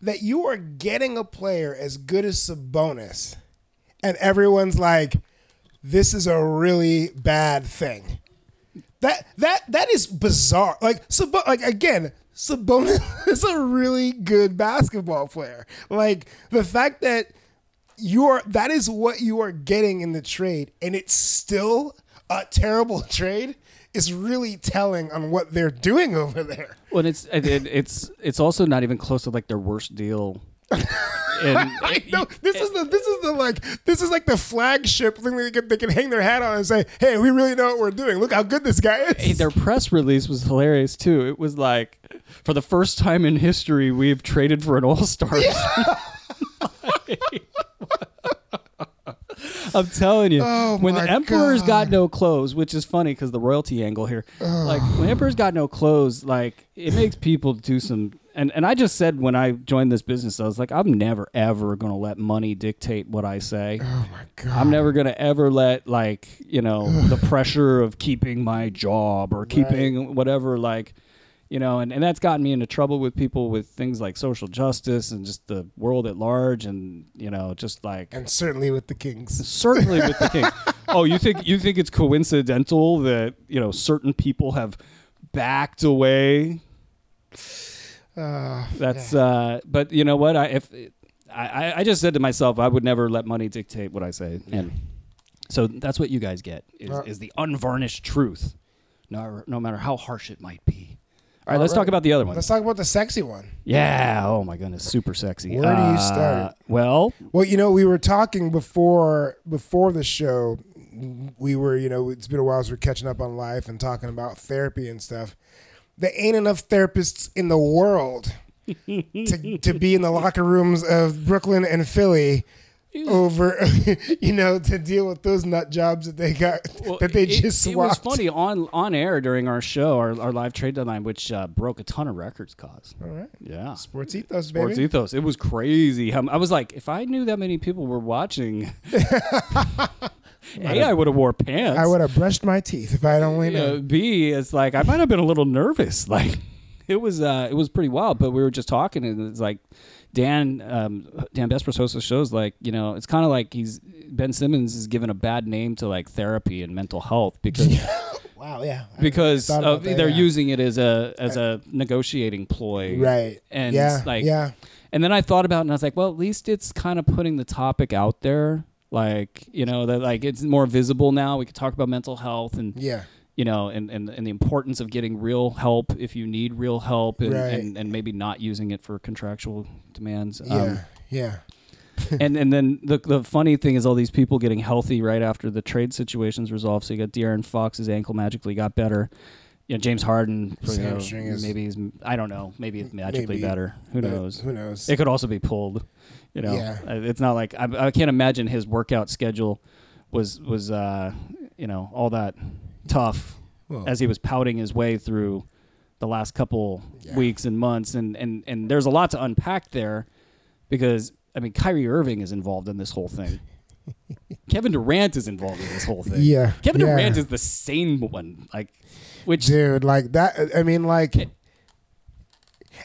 that you are getting a player as good as Sabonis, and everyone's like, "This is a really bad thing." That that that is bizarre. Like Sabo- like again, Sabonis is a really good basketball player. Like the fact that you're that is what you are getting in the trade, and it's still a terrible trade is really telling on what they're doing over there.
Well, and it's it, it- it's it's also not even close to like their worst deal. And
I know this is the this is the like this is like the flagship thing that they can, they can hang their hat on and say, "Hey, we really know what we're doing. Look how good this guy
Hey,
is."
their press release was hilarious too. It was like, for the first time in history, we've traded for an all star. I'm telling you,
Oh
when
my
the Emperor's
God.
got no clothes, which is funny because the royalty angle here, like when Emperor's got no clothes, like it makes people do some. And and I just said when I joined this business, I was like, I'm never ever gonna let money dictate what I say.
Oh my god!
I'm never gonna ever let like you know the pressure of keeping my job or keeping whatever like you know and, and that's gotten me into trouble with people with things like social justice and just the world at large and you know just like
and certainly with the Kings.
certainly with the king oh you think you think it's coincidental that you know certain people have backed away
Uh,
that's uh but you know what i if I- I, I just said to myself i would never let money dictate what i say and so that's what you guys get is,
Uh,
is the unvarnished truth no, no matter how harsh it might be all right
All
let's
right.
talk about the other one
Let's talk about the sexy one.
yeah oh my goodness super sexy
Where do you
Uh,
start?
well
Well, you know, we were talking before before the show. We were, you know, it's been a while since we we're catching up on life and talking about therapy and stuff. There ain't enough therapists in the world to, to be in the locker rooms of Brooklyn and Philly over, you know, to deal with those nut jobs that they got
Well,
that they
it-
just
It was
swapped.
funny on on air during our show, our, our live trade deadline, which uh, broke a ton of records. Cause
All right,
yeah,
sports ethos, baby.
Sports Ethos. It was crazy. How- I was like, if I knew that many people were watching, a I would have wore pants.
I would have brushed my teeth if I'd only
You
known.
know, B it's like I might have been a little nervous. Like it was uh, it was pretty wild. But we were just talking, and it's like Dan um, Dan Vespers hosts the shows. Like you know, it's kind of like he's Ben Simmons is given a bad name to like therapy and mental health because
Wow, yeah. I
because
thought about
of,
that,
they're
yeah.
using it as a as a negotiating ploy,
right,
And
yeah,
it's like,
yeah.
And then I thought about it, and I was like, well, at least it's kind of putting the topic out there, like you know that like it's more visible now. We could talk about mental health and
Yeah.
you know and, and and the importance of getting real help if you need real help, and
Right.
and, and maybe not using it for contractual demands. Um,
Yeah. yeah.
and and then the the funny thing is all these people getting healthy right after the trade situation's resolved. So you got De'Aaron Fox's ankle magically got better. you know, James Harden, you know,
hamstring is-
maybe he's, I don't know, maybe it's magically
Maybe,
better. Who
but
knows?
Who knows?
It could also be pulled. You know,
Yeah.
Uh, it's not like I, I can't imagine his workout schedule was was uh, you know all that tough
Well-
as he was pouting his way through the last couple
Yeah.
weeks and months, and and and there's a lot to unpack there because I mean Kyrie Irving is involved in this whole thing. Kevin Durant is involved in this whole thing.
Yeah,
Kevin
yeah.
Durant is the sane one, like which
dude like that i mean like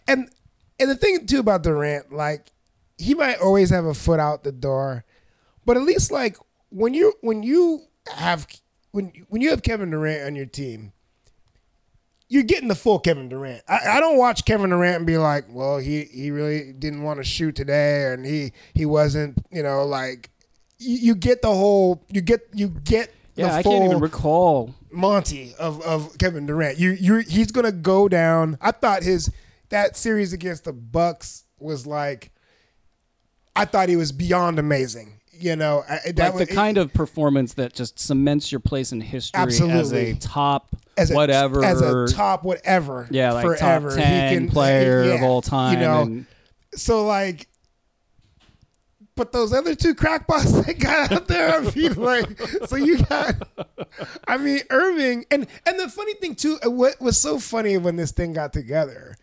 and and the thing too about durant like he might always have a foot out the door but at least like when you when you have when when you have kevin durant on your team you're getting the full Kevin Durant. I, I don't watch Kevin Durant and be like, well, he, he really didn't want to shoot today, and he he wasn't, you know, like you, you get the whole you get you get
yeah,
the
I
full
can't even recall
Monty of, of Kevin Durant. You you he's gonna go down. I thought his that series against the Bucks was like I thought he was beyond amazing. You know, I, I- that
like
was
the kind of performance that just cements your place in history as
Absolutely.
a top
as a,
whatever
as a top whatever.
yeah like
forever.
top 10 player of
yeah,
all time
You know,
and
so like but those other two crackpots that got out there, I mean, like, so you got, I mean, Irving, and and the funny thing too, uh, what was so funny when this thing got together,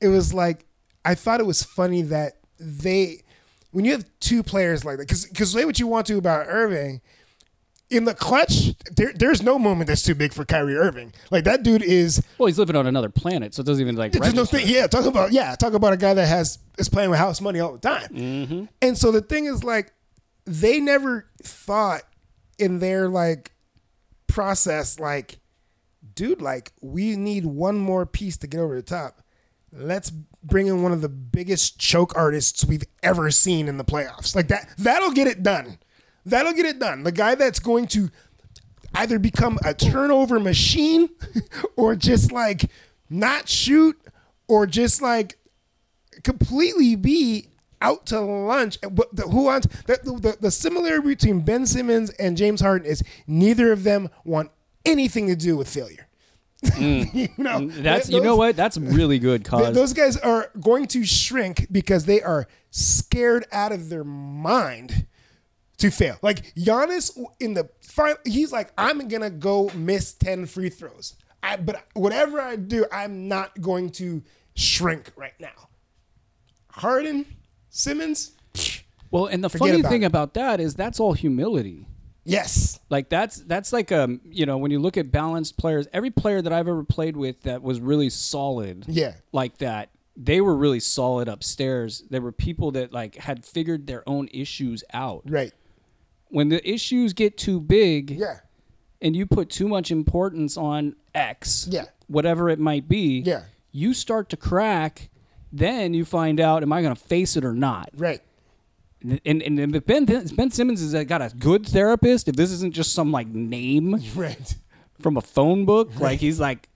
it was like, I thought it was funny that they, when you have two players like that, because because say what you want to about Irving, in the clutch, there, there's no moment that's too big for Kyrie Irving. Like that dude is
well he's living on another planet so it doesn't even like
there's no
register.
thing. Yeah, talk about yeah, talk about a guy that has is playing with house money all the time. And so the thing is like, they never thought in their like process like, dude, like we need one more piece to get over the top. Let's bring in one of the biggest choke artists we've ever seen in the playoffs. Like that, that'll get it done. That'll get it done. The guy that's going to either become a turnover machine or just like not shoot or just like completely be out to lunch. But the, who wants the, the, the similarity between Ben Simmons and James Harden is neither of them want anything to do with failure. you know,
Mm. that's you know
those-
what that's really good
Th-
cause
those guys are going to shrink because they are scared out of their mind to fail. Like Giannis in the final, he's like, I'm gonna go miss ten free throws. I, but whatever I do, I'm not going to shrink right now. Harden, Simmons, psh,
well and the funny
about
thing
it.
about that is that's all humility
yes,
like that's that's like um you know when you look at balanced players every player that I've ever played with that was really solid
yeah,
like that they were really solid upstairs there were people that like had figured their own issues out
right,
when the issues get too big
yeah,
and you put too much importance on x
Yeah.
whatever it might be
Yeah.
you start to crack then you find out am i going to face it or not
right.
and and, and if ben, ben simmons has got a good therapist if this isn't just some like name
Right.
from a phone book. Like he's like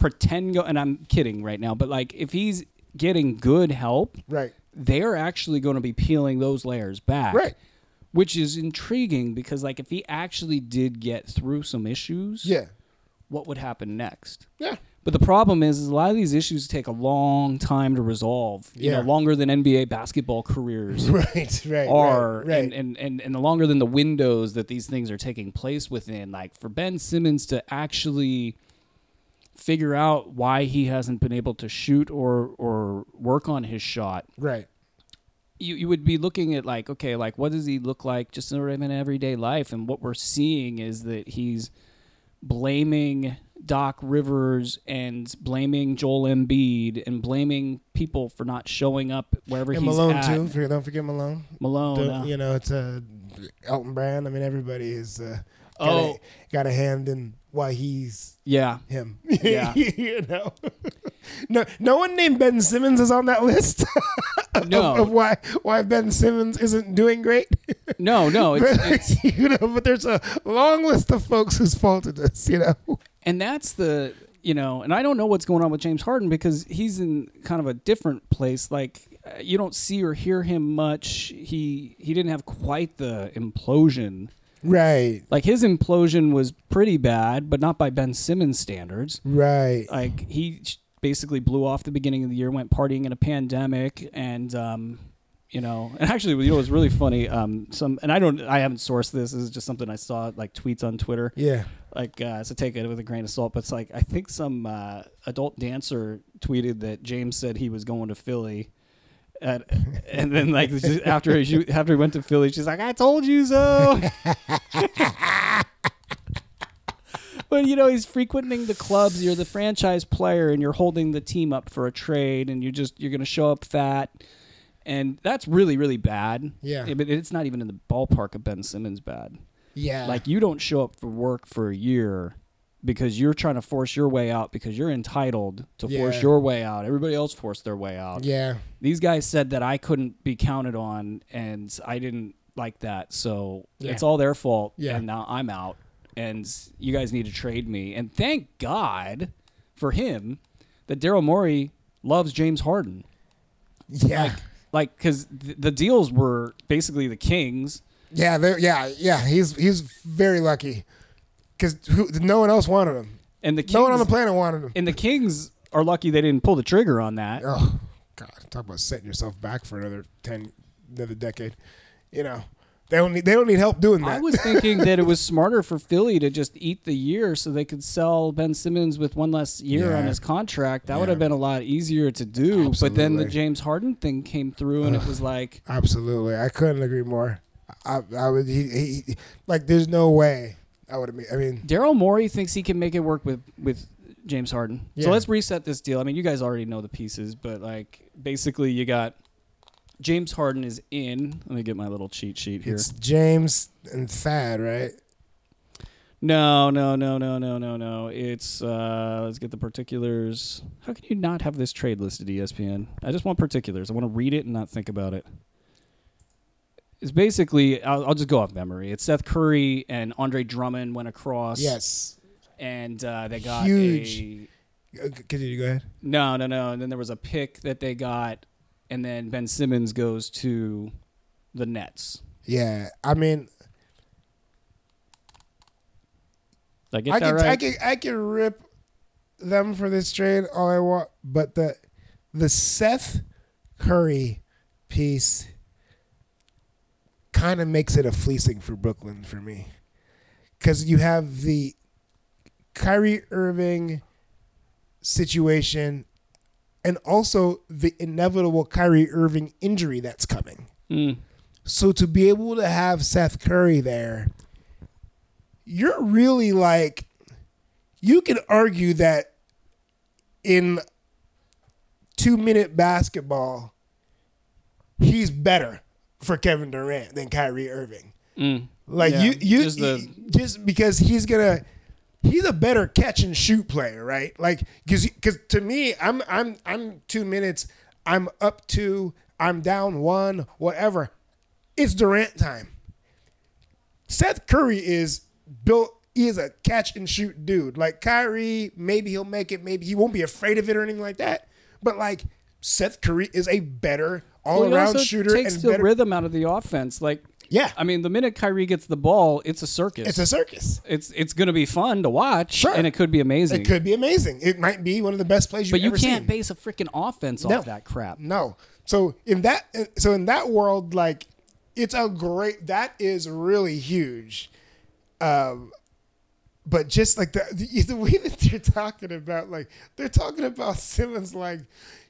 pretend go and I'm kidding right now, but like if he's getting good help,
Right.
They're actually going to be peeling those layers back.
Right.
Which is intriguing because like if he actually did get through some issues,
Yeah.
what would happen next?
Yeah.
But the problem is, is a lot of these issues take a long time to resolve. You
Yeah.
know, longer than NBA basketball careers
Right. Right.
are
right. right.
And, and, and, and the longer than the windows that these things are taking place within like for ben simmons to actually figure out why he hasn't been able to shoot or or work on his shot
right.
you, you would be looking at like okay like what does he look like just sort of in everyday life and what we're seeing is that he's blaming Doc Rivers and blaming Joel Embiid and blaming people for not showing up wherever
And
he's
Malone
at.
too. Forget- Don't forget Malone.
Malone,
Don't-
uh,
you know, it's a Elton Brand. I mean, everybody is uh, got,
Oh.
a, got a hand in why he's
yeah.
him.
Yeah.
you know, no, no one named Ben Simmons is on that list
No,
of, of why why Ben Simmons isn't doing great.
No, no, it's, it's
you know, but there's a long list of folks who's faulted us. You know,
and that's the you know, and I don't know what's going on with James Harden because he's in kind of a different place. Like uh, you don't see or hear him much. He he didn't have quite the implosion
Right.
Like his implosion was pretty bad, but not by Ben Simmons standards.
Right.
Like he sh- basically blew off the beginning of the year, went partying in a pandemic, and um, you know, and actually, you know, it was really funny. Um, some and I don't, I haven't sourced this. This is just something I saw like tweets on Twitter.
Yeah.
Like uh, so, take it with a grain of salt. But it's like I think some uh, adult dancer tweeted that James said he was going to Philly. At, and then, like just after he after he went to Philly, she's like, "I told you so." But you know, he's frequenting the clubs. You're the franchise player, and you're holding the team up for a trade, and you just you're going to show up fat, and that's really really bad.
Yeah.
but it's not even in the ballpark of Ben Simmons bad.
Yeah.
Like you don't show up for work for a year because you're trying to force your way out because you're entitled to
Yeah.
force your way out. Everybody else forced their way out.
Yeah.
These guys said that I couldn't be counted on, and I didn't like that. So
Yeah.
it's all their fault.
Yeah.
And now I'm out, and you guys need to trade me. And thank God for him that Daryl Morey loves James Harden.
Yeah.
Like, because th- the deals were basically the Kings.
yeah. they're- Yeah. Yeah. He's he's very lucky because no one else wanted him.
And the Kings,
No one on the planet wanted him.
and the Kings are lucky they didn't pull the trigger on that.
Oh God! Talk about setting yourself back for another ten, another decade. You know, they don't need they don't need help doing
I
that.
was thinking that it was smarter for Philly to just eat the year so they could sell Ben Simmons with one less year
Yeah.
on his contract. That would
Yeah.
have been a lot easier to do. But then the
Absolutely.
James Harden thing came through and it was like,
Absolutely, I couldn't agree more. I, I would he, he he- like. There's no way I would. I mean,
Daryl Morey thinks he can make it work with with James Harden.
Yeah.
So let's reset this deal. I mean, you guys already know the pieces, but like basically you got James Harden is in. Let me get my little cheat sheet here.
it's James and Thad, right?
No, no, no, no, no, no, no. It's uh let's get the particulars. How can you not have this trade listed E ESPN? I just want particulars. I want to read it and not think about it. It's basically I'll, I'll just go off memory. It's Seth Curry and Andre Drummond went across.
Yes.
and uh, they got
Huge.
A,
Uh, c- Continue. Go ahead.
no, no, no. And then there was a pick that they got, and then Ben Simmons goes to the Nets.
Yeah, I mean,
Did I get
I
that
can,
right?
I can, I can rip them for this trade all I want, but the the Seth Curry piece kind of makes it a fleecing for Brooklyn for me, because you have the Kyrie Irving situation, and also the inevitable Kyrie Irving injury that's coming.
Mm.
So to be able to have Seth Curry there, you're really like, you could argue that in two minute basketball, he's better for Kevin Durant than Kyrie Irving.
Mm.
Like
Yeah,
you, you
just
just,
the-
because he's gonna, he's a better catch and shoot player, right? Like because because to me, I'm I'm I'm two minutes, I'm up two, I'm down one, whatever. It's Durant time. Seth Curry is built. He is a catch and shoot dude. Like Kyrie, maybe he'll make it. Maybe he won't be afraid of it or anything like that. But like Seth Curry is a better all
Well, he
around
also
shooter
takes
and
the
better.
rhythm out of the offense. Like,
Yeah.
I mean, the minute Kyrie gets the ball, it's a circus.
It's
It's
a circus.
it's, going to be fun to watch,
Sure.
and it could be amazing.
It could be amazing. It might be one of the best plays you've
but you
ever
can't
seen.
base a freaking offense
No.
off that crap.
no. So in that so in that world, like it's a great that is really huge. Um but just like the, the the way that they're talking about, like they're talking about Simmons, like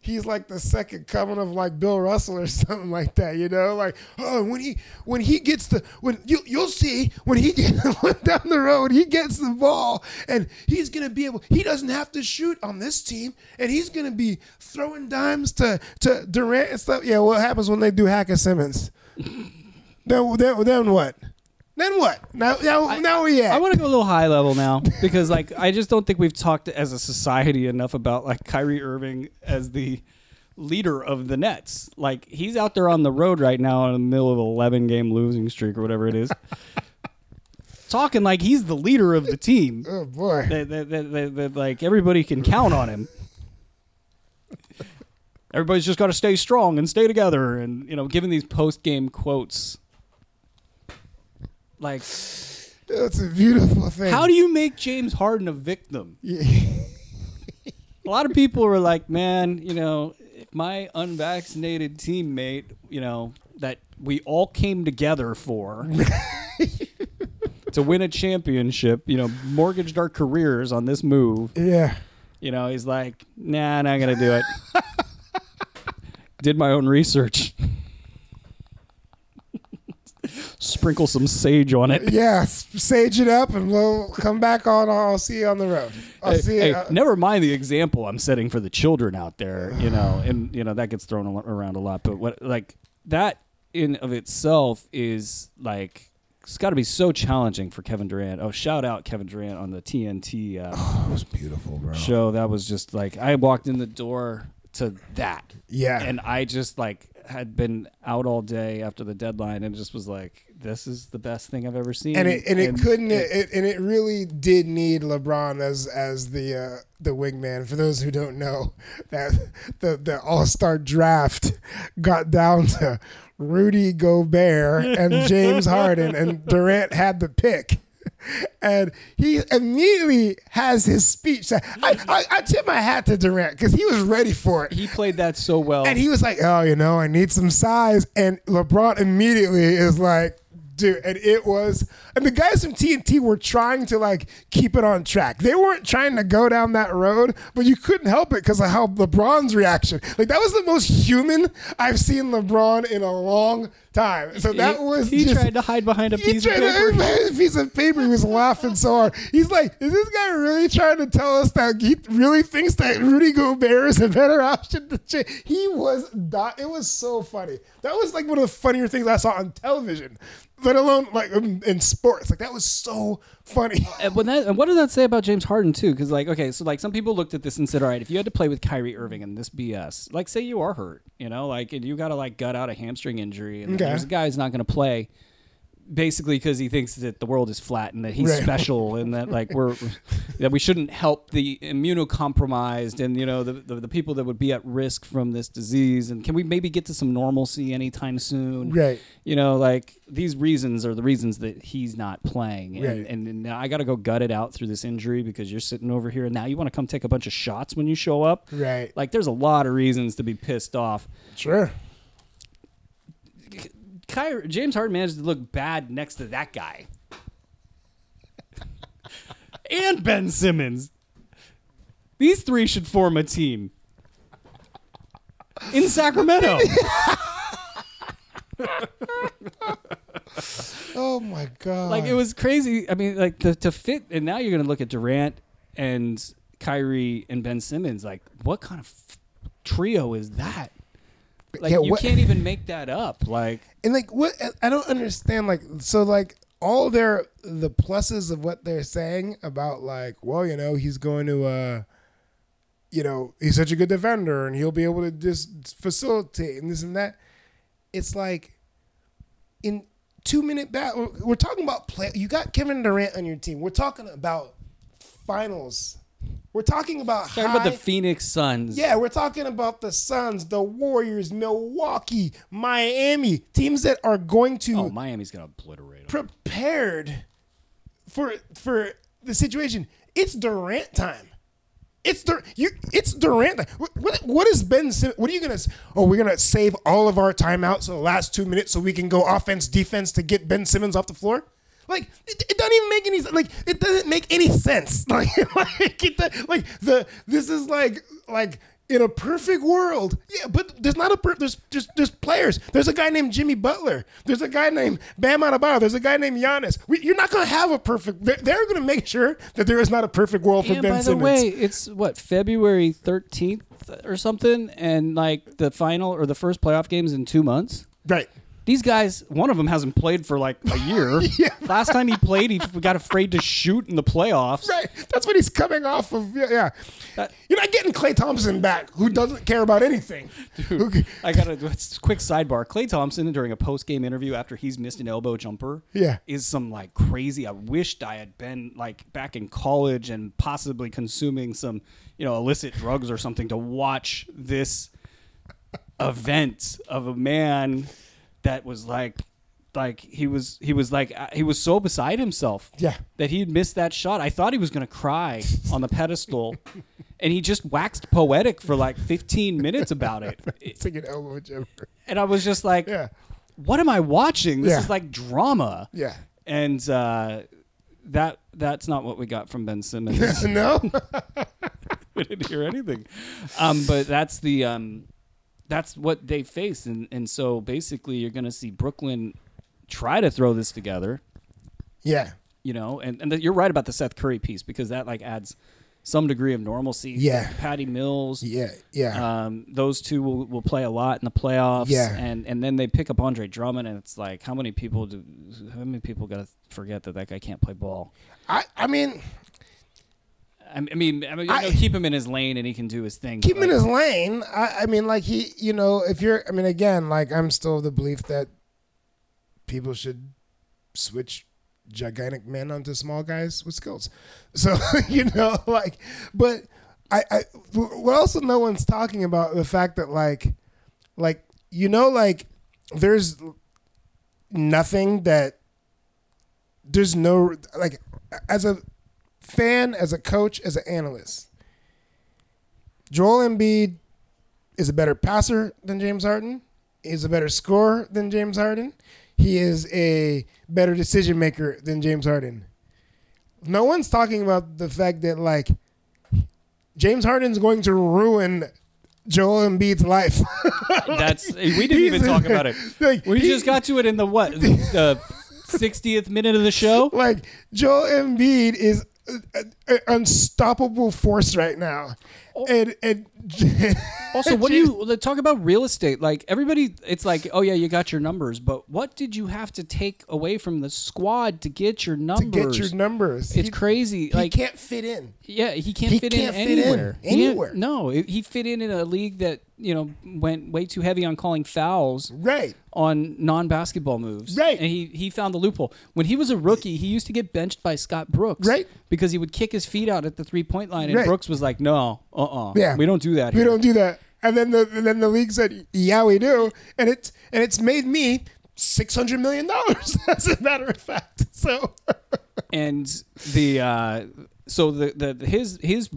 he's like the second coming of like Bill Russell or something like that, you know, like oh when he when he gets the when you you'll see when he gets down the road he gets the ball and he's gonna be able he doesn't have to shoot on this team and he's gonna be throwing dimes to to Durant and stuff. Yeah, what happens when they do hack a Simmons? then, then then what? Then what? Now now now we at?
I want to go a little high level now because, like, I just don't think we've talked as a society enough about like Kyrie Irving as the leader of the Nets. Like, he's out there on the road right now in the middle of an 11 game losing streak or whatever it is, talking like he's the leader of the team.
Oh boy.
That, that, that, that, that, like everybody can count on him. Everybody's just got to stay strong and stay together, and you know, giving these post game quotes. Like,
That's a beautiful thing.
how do you make James Harden a victim?
you?
A lot of people were like, man, you know, if my unvaccinated teammate, you know, that we all came together for to win a championship, you know, mortgaged our careers on this move.
yeah.
You know, he's like, nah, not gonna do it. Did my own research. Sprinkle some sage on it.
Yeah. s- Sage it up and we'll come back on. I'll see you on the road. I'll
Hey,
see
hey,
you. uh,
never mind the example I'm setting for the children out there, you know, and you know that gets thrown a lo- around a lot. But what like that in of itself is like it's got to be so challenging for Kevin Durant. Oh, shout out Kevin Durant on the TNT uh,
oh, it was beautiful, bro.
show. That was just like I walked in the door to that.
Yeah.
and I just like had been out all day after the deadline and just was like, this is the best thing I've ever seen.
and it and it couldn't it, and it really did need LeBron as as the uh, the wingman. For those who don't know, that the the All Star draft got down to Rudy Gobert and James Harden, and Durant had the pick. And he immediately has his speech. I, I, I tip my hat to Durant because he was ready for it.
he played that so well.
And he was like, "Oh, you know, I need some size." And LeBron immediately is like, "Dude," and it was. And the guys from TNT were trying to like keep it on track. They weren't trying to go down that road, but you couldn't help it because of how LeBron's reaction. Like that was the most human I've seen LeBron in a long time. So that
He-
was
he
just-
tried to hide behind a
he
piece of
tried to-
paper.
his piece of paper. He was laughing so hard. He's like, is this guy really trying to tell us that he really thinks that Rudy Gobert is a better option to change? He was not. It was so funny. That was like one of the funnier things I saw on television, let alone like in, in sports. Like that was so funny.
And, when that, and what does that say about James Harden too? Because like, okay, so like some people looked at this and said, all right, if you had to play with Kyrie Irving and this BS, like say you are hurt, you know, like and you got to like gut out a hamstring injury, and
Okay.
there's a guy who's not going to play, basically because he thinks that the world is flat and that he's
Right.
special and that like we're that we shouldn't help the immunocompromised and you know the, the the people that would be at risk from this disease. And can we maybe get to some normalcy anytime soon?
Right.
You know, like these reasons are the reasons that he's not playing. And,
Right.
and, and now I got to go gut it out through this injury because you're sitting over here and now you want to come take a bunch of shots when you show up.
Right.
Like there's a lot of reasons to be pissed off.
Sure.
Kyrie, James Harden managed to look bad next to that guy. and Ben Simmons. These three should form a team. In Sacramento.
Oh my god.
like it was crazy. I mean, like to, to fit, and now you're going to look at Durant and Kyrie and Ben Simmons. Like, what kind of f- trio is that? Like,
Yeah,
you
what-
can't even make that up. Like,
And like what I don't understand like so like all their the pluses of what they're saying about like well you know he's going to uh you know he's such a good defender and he'll be able to just facilitate and this and that it's like in two minute battle we're talking about play you got Kevin Durant on your team we're talking about finals we're talking about
talking about the
high-
Phoenix Suns.
yeah, we're talking about the Suns, the Warriors, Milwaukee, Miami, teams that are going to
Oh, Miami's going to obliterate 'em.
prepared for for the situation. It's Durant time. It's Dur- you. It's Durant. time. What, what, what is Ben Simmons? What are you gonna? s- Oh, we're gonna save all of our timeouts for the last two minutes so we can go offense defense to get Ben Simmons off the floor. Like it, it doesn't even make any like it doesn't make any sense. Like like, it, do- like the this is like like in a perfect world. Yeah, but there's not a per- there's there's there's players. There's a guy named Jimmy Butler. There's a guy named Bam Adebayo. There's a guy named Giannis. We, you're not gonna have a perfect. They're, they're gonna make sure that there is not a perfect world for
and
Ben
by
Simmons.
the way, it's what February 13th or something, and like the final or the first playoff games in two months.
Right.
These guys, one of them hasn't played for like a year.
Yeah.
Last time he played, he got afraid to shoot in the playoffs.
Right. That's what he's coming off of. Yeah. yeah.
That-
You're not getting Clay Thompson back, who doesn't care about anything. Who-
I got a quick sidebar. Clay Thompson during a post game interview after he's missed an elbow jumper,
Yeah.
is some like crazy. I wished I had been like back in college and possibly consuming some, you know, illicit drugs or something to watch this event of a man that was like like he was he was like uh, he was so beside himself
Yeah.
that he had missed that shot. I thought he was gonna cry on the pedestal, and he just waxed poetic for like 15 minutes about it. It-
Take an elbow, whichever.
and I was just like,
Yeah.
"What am I watching? This
Yeah.
is like drama."
Yeah.
And uh, that that's not what we got from Ben Simmons.
no.
we didn't hear anything. Um, but that's the um, that's what they faced, and and so basically you're going to see Brooklyn try to throw this together,
Yeah.
you know, and and that you're right about the Seth Curry piece because that like adds some degree of normalcy.
Yeah.
Patty Mills.
Yeah. Yeah.
Um, those two will, will play a lot in the playoffs,
Yeah.
and and then they pick up Andre Drummond, and it's like how many people do how many people got to forget that that guy can't play ball?
I, I mean,
I, I mean, I mean, you
I-
know, keep him in his lane and he can do his thing.
keep
but,
him in
like,
his lane. I, I mean, like he, you know, if you're, I mean, again, like I'm still of the belief that people should switch gigantic men onto small guys with skills. So you know, like, but I, I, what also no one's talking about the fact that like, like you know, like there's nothing that there's no like as a fan, as a coach, as an analyst. Joel Embiid is a better passer than James Harden. He's a better scorer than James Harden. He is a better decision maker than James Harden. No one's talking about the fact that like James Harden's going to ruin Joel Embiid's life.
That's we didn't even
He's-
talk about it.
like,
We
he-
just got to it in the what the sixtieth minute of the show.
like Joel Embiid is an unstoppable force right now, and and
Oh. Also, what do you let's talk about real estate? Like everybody, it's like, oh yeah, you got your numbers, but what did you have to take away from the squad to get your
to
numbers?
get your numbers?
it's
He-
crazy.
He
like
can't fit in.
yeah, he can't
he
fit
can't
in
fit in
anywhere. He didn't-
anywhere.
no, he- he fit in in a league that you know went way too heavy on calling fouls.
Right.
on non-basketball moves.
Right.
And he he found the loophole. When he was a rookie, he used to get benched by Scott Brooks.
Right.
Because he would kick his feet out at the three-point line, and
Right.
Brooks was like, "No, uh-uh,
Yeah.
we don't do that.
We
here."
don't do that. And then the and then the league said, "Yeah, we do," and it's and it's made me six hundred million dollars. As a matter of fact, so
And the uh, so the, the the- his his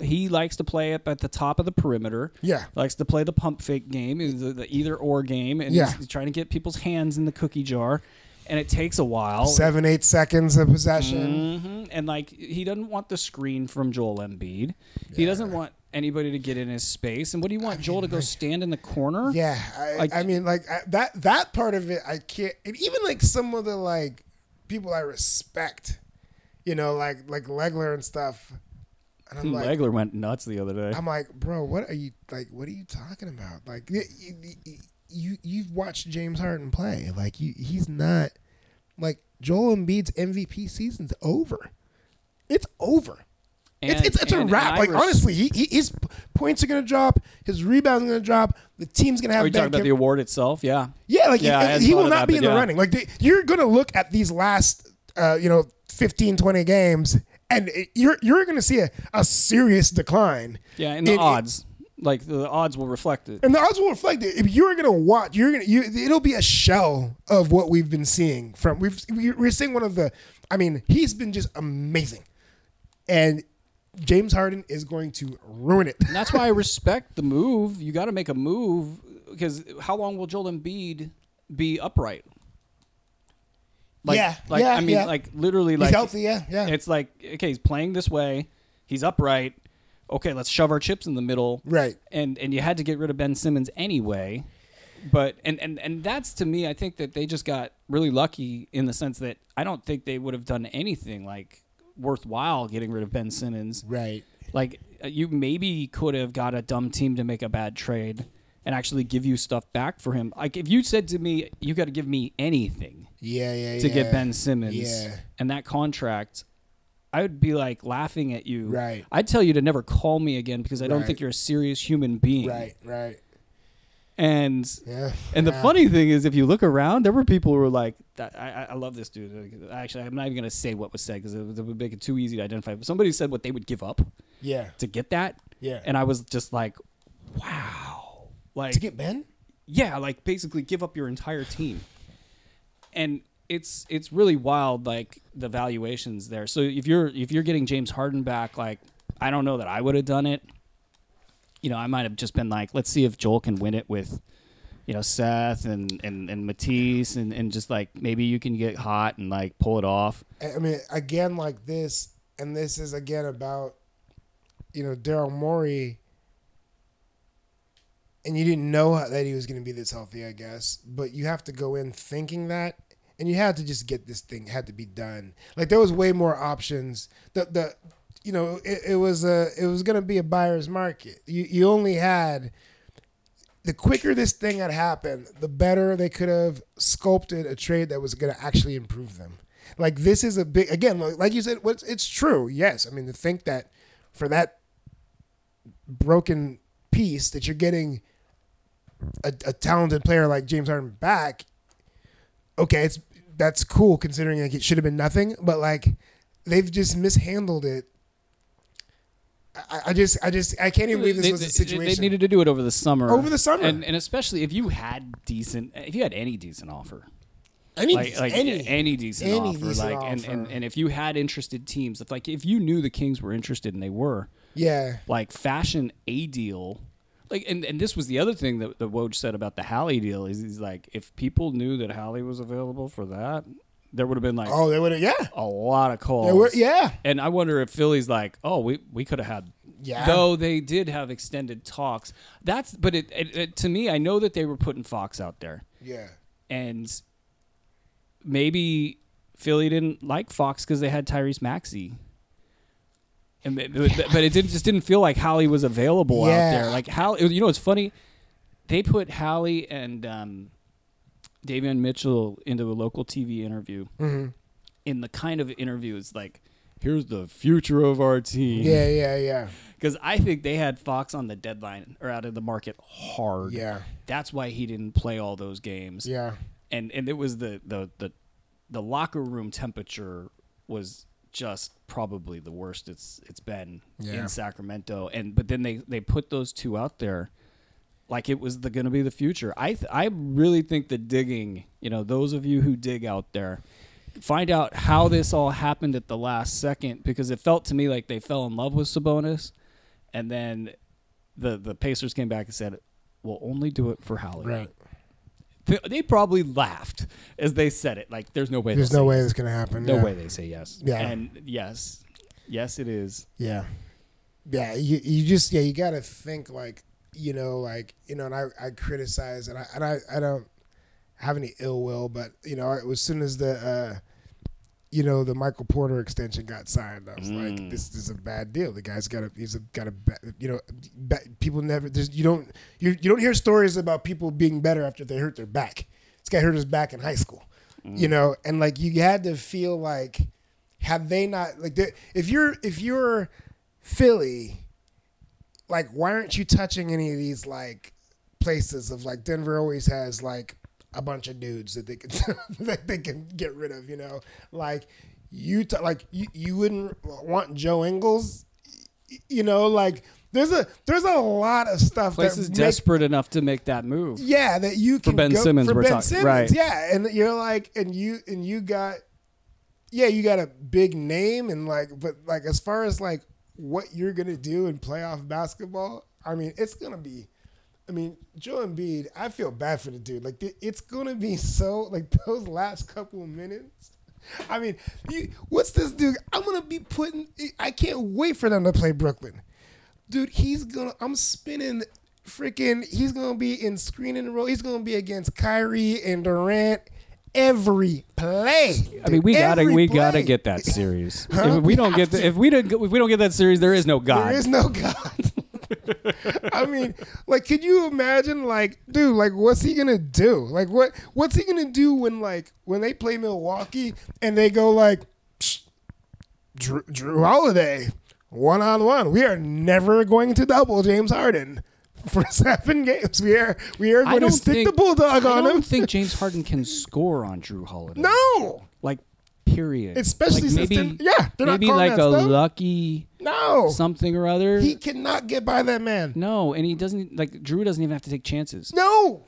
he likes to play up at the top of the perimeter.
Yeah.
Likes to play the pump fake game, the, the either or game, and
Yeah.
he's, he's trying to get people's hands in the cookie jar, and it takes a while.
seven eight seconds of possession.
hmm And like he doesn't want the screen from Joel Embiid. He doesn't want anybody to get in his space. And what do you want Joel to go stand in the corner?
Yeah, I,
Like-
I mean, like I, that that part of it, I can't. And even like some of the like people I respect, you know, like like Legler and stuff. And I'm like,
Legler went nuts the other day.
I'm like, bro, what are you like? What are you talking about? Like, y- y- y- you, you've watched James Harden play. Like, you, he's not like Joel Embiid's MVP season's over. It's over. it's
And-
it's, it's a
and- and
wrap.
I
Like
res-
honestly, he, he his p- points are gonna drop. His rebounds are gonna drop. The team's gonna have.
Are you
bad
talking about
game-
the award itself? Yeah.
yeah, like
Yeah, I
he-
hadn't
he,
thought
will
of
not
that,
be
but
in the
yeah.
running. Like they, you're going to look at these last, uh, you know, 15, 20 games, and it- you're you're going to see a, a serious decline.
Yeah, and the
in- in-
odds. like the odds will reflect it.
and the odds will reflect it. If you're going to watch, you're going to you. It'll be a shell of what we've been seeing from. We've we- we're seeing one of the. I mean, he's been just amazing, and James Harden is going to ruin it.
And that's why I respect the move. You got to make a move because how long will Joel Embiid be upright? Like,
Yeah,
like
yeah,
I mean,
yeah.
like literally,
he's
like
healthy. Yeah, yeah.
It's like okay, he's playing this way, he's upright. Okay, let's shove our chips in the middle.
Right.
And and you had to get rid of Ben Simmons anyway. But and and and that's to me, I think that they just got really lucky in the sense that I don't think they would have done anything like worthwhile getting rid of Ben Simmons.
right.
Like uh, you maybe could have got a dumb team to make a bad trade and actually give you stuff back for him. Like if you said to me, you got to give me anything
Yeah, yeah.
to get Ben Simmons
Yeah.
and that contract, I would be like laughing at you.
Right.
I'd tell you to never call me again because I don't
Right.
think you're a serious human being.
Right, right.
And
Yeah.
and the
yeah.
funny thing is, if you look around, there were people who were like, "That- I, I- I love this dude. Like, Actually, I'm not even going to say what was said because it, would- it would make it too easy to identify. But somebody said what they would give up
Yeah.
to get that.
Yeah.
And I was just like, wow. Like,
to get Ben?
yeah, like basically give up your entire team. and it's it's really wild like the valuations there. So if you're if you're getting James Harden back, like I don't know that I would have done it. You know, I might have just been like, let's see if Joel can win it with, you know, Seth and and and Matisse and and just like maybe you can get hot and like pull it off.
I I mean, again, like this, and this is again about, you know, Daryl Morey. And you didn't know how- that he was going to be this healthy, I guess. But you have to go in thinking that, and you had to just get this thing had to be done. Like there was way more options. The the, you know, it, it was a it was going to be a buyer's market. You you only had the quicker this thing had happened, the better they could have sculpted a trade that was going to actually improve them. Like this is a big again, like, like you said, what's it's true. Yes, I mean to think that for that broken piece that you're getting a, a talented player like James Harden back. Okay, it's that's cool considering like it should have been nothing, but like they've just mishandled it. I, I just, I just, I can't even believe this
They-
was
they-
the situation.
They needed to do it over the summer.
Over the summer.
and, and especially if you had decent, if you had any decent offer,
any,
like like
any,
any, decent
any
offer,
decent
like And, and
offer.
and if you had interested teams, if like if you knew the Kings were interested and they were,
yeah.
like fashion a deal. Like and, and this was the other thing that, that Woj said about the Hallie deal is he's like if people knew that Hallie was available for that, there would have been like
Oh, they would have. Yeah.
a lot of calls.
They were, yeah.
And I wonder if Philly's like, oh, we, we could have had.
Yeah.
Though they did have extended talks. That's but it, it, it to me, I know that they were putting Fox out there,
Yeah.
and maybe Philly didn't like Fox because they had Tyrese Maxey. And it- but, but it didn't just didn't feel like Holly was available out
Yeah.
there. Like Hallie, you know, it's funny. They put Hallie and um, Davion Mitchell into a local TV interview
Mm-hmm.
in the kind of interviews like here's the future of our team
Yeah, yeah, yeah.
because i think they had fox on the deadline or out of the market hard
Yeah.
that's why he didn't play all those games
Yeah.
and and it was the the the, the locker room temperature was just probably the worst it's it's been
Yeah.
in sacramento and but then they they put those two out there like it was the gonna be the future i th- i really think the digging you know those of you who dig out there find out how this all happened at the last second because it felt to me like they fell in love with sabonis and then the the pacers came back and said we'll only do it for Howley
Right.
th- they probably laughed as they said it. Like, there's no way.
There's
they'll
no
say
way
yes.
that's gonna happen.
No
yeah.
way they say yes.
Yeah.
And yes, yes, it is.
Yeah. Yeah. You you just yeah you gotta think like you know like you know and I I criticize and I and I I don't have any ill will but you know as soon as the uh you know the Michael Porter extension got signed I was like this is a bad deal the guy's got a he's a, got a ba- you know ba- people never there's you don't you you don't hear stories about people being better after they hurt their back this guy hurt his back in high school you know and like you had to feel like have they not like they- if you're if you're Philly, like why aren't you touching any of these like places of like Denver always has like a bunch of dudes that they can that they can get rid of, you know? Like you t- like you, you wouldn't want Joe Ingles, y- you know, like there's a there's a lot of stuff
Place
that
is
make-
desperate enough to make that move.
yeah, that you can
Ben
go,
Simmons,
for
we're
Ben
talking-
Simmons,
right.
Yeah, and you're like, and you and you got, yeah, you got a big name, and like, but like as far as like what you're gonna do in playoff basketball, I mean, it's gonna be, I mean, Joel Embiid, I feel bad for the dude. Like, it- it's gonna be so like those last couple of minutes. I mean, you, what's this dude? I'm gonna be putting. I can't wait for them to play Brooklyn dude, he's gonna. I'm spinning. Freaking, he's gonna be in screen and roll. He's gonna be against Kyrie and Durant every play.
I mean, we
Dude,
gotta
every
we gotta
play.
get that series.
Huh?
If we don't get the, if we don't if we don't get that series, there is no God.
There is no God. I mean, like, could you imagine, like, dude, like, what's he gonna do? Like, what, what's he gonna do when, like, when they play Milwaukee and they go like, "Psh, Drew, Drew Holiday, one on one. We are never going to double James Harden for seven games. We are, we are
I
going
don't
to stick
think
the bulldog
I
on
don't
him.
think James Harden can score on Drew Holiday.
no,
like period.
Especially
like
since
maybe
they're- yeah, they're not
maybe
calling
like
that
a
stuff.
lucky
no,
something or other.
he cannot get by that man.
no, and he doesn't like Drew doesn't even have to take chances.
No.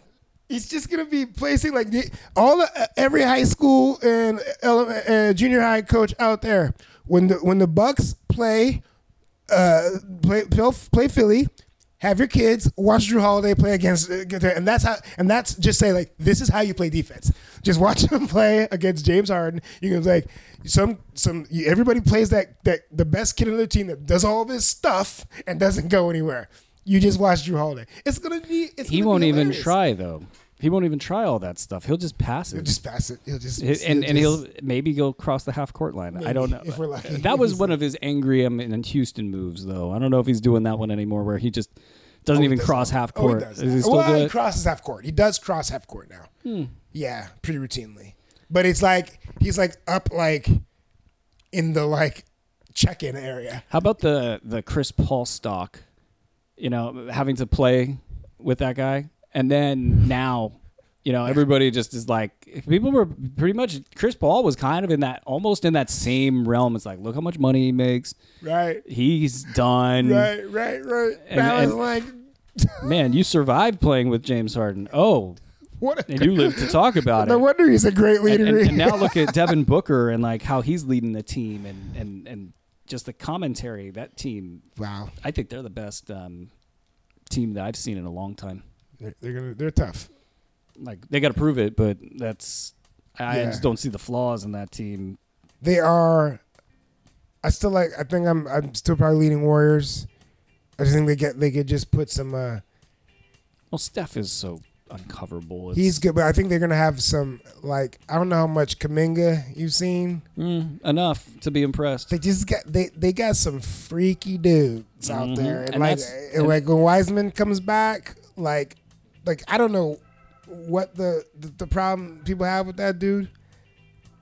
It's just gonna be placing like the- all the, uh, every high school and ele- uh, junior high coach out there. When the when the Bucks play, uh, play play, play Philly, have your kids watch Drew Holiday play against, against and that's how and that's just say like this is how you play defense. Just watch him play against James Harden. You can like some some everybody plays that that the best kid on their team that does all this stuff and doesn't go anywhere. You just watch Drew Holiday. It's gonna be. It's
He
gonna
won't
be
even
hilarious.
try though. He won't even try all that stuff. He'll just pass
He'll
it.
just pass it. He'll just
He- and and
just-
he'll maybe go cross the half court line. I don't know.
Maybe, if we're lucky.
That was one of his angry him in Houston moves, though. I don't know if he's doing that one anymore, where he just doesn't
he
even
does
cross half
Oh, he
court.
does
Does he
that.
still Hmm.
well,
do
he
it?
crosses half court. He does cross half court now. Yeah, pretty routinely. But it's like he's like up like in the like check-in area.
How about the the Chris Paul stock? You know, having to play with that guy, and then now, you know, everybody just is like, if people were pretty much Chris Paul was kind of in that almost in that same realm. It's like, look how much money he makes.
Right.
He's done.
Right, right, right.
Hmm. And-
that was
and-
like
Man, you survived playing with James Harden. Oh,
what a
and you live to talk about
no
it.
wonder he's a great leader.
And, and- and now look at Devin Booker and like how he's leading the team and and and just the commentary that team.
wow.
I think they're the best um, team that I've seen in a long time.
They're, they're gonna they're tough.
Like they got to prove it, but that's I
Yeah.
just don't see the flaws in that team.
They are I still like I think I'm I'm still probably leading Warriors. I just think they get they could just put some uh
Well, Steph is so uncoverable. It's,
He's good, but I think they're gonna have some like I don't know how much Kaminga you've seen.
Mm, enough to be impressed.
They just got they they got some freaky dudes out
Mhm.
there, and,
And
like
that's-
and like when Wiseman comes back, like like I don't know what the the, the problem people have with that dude.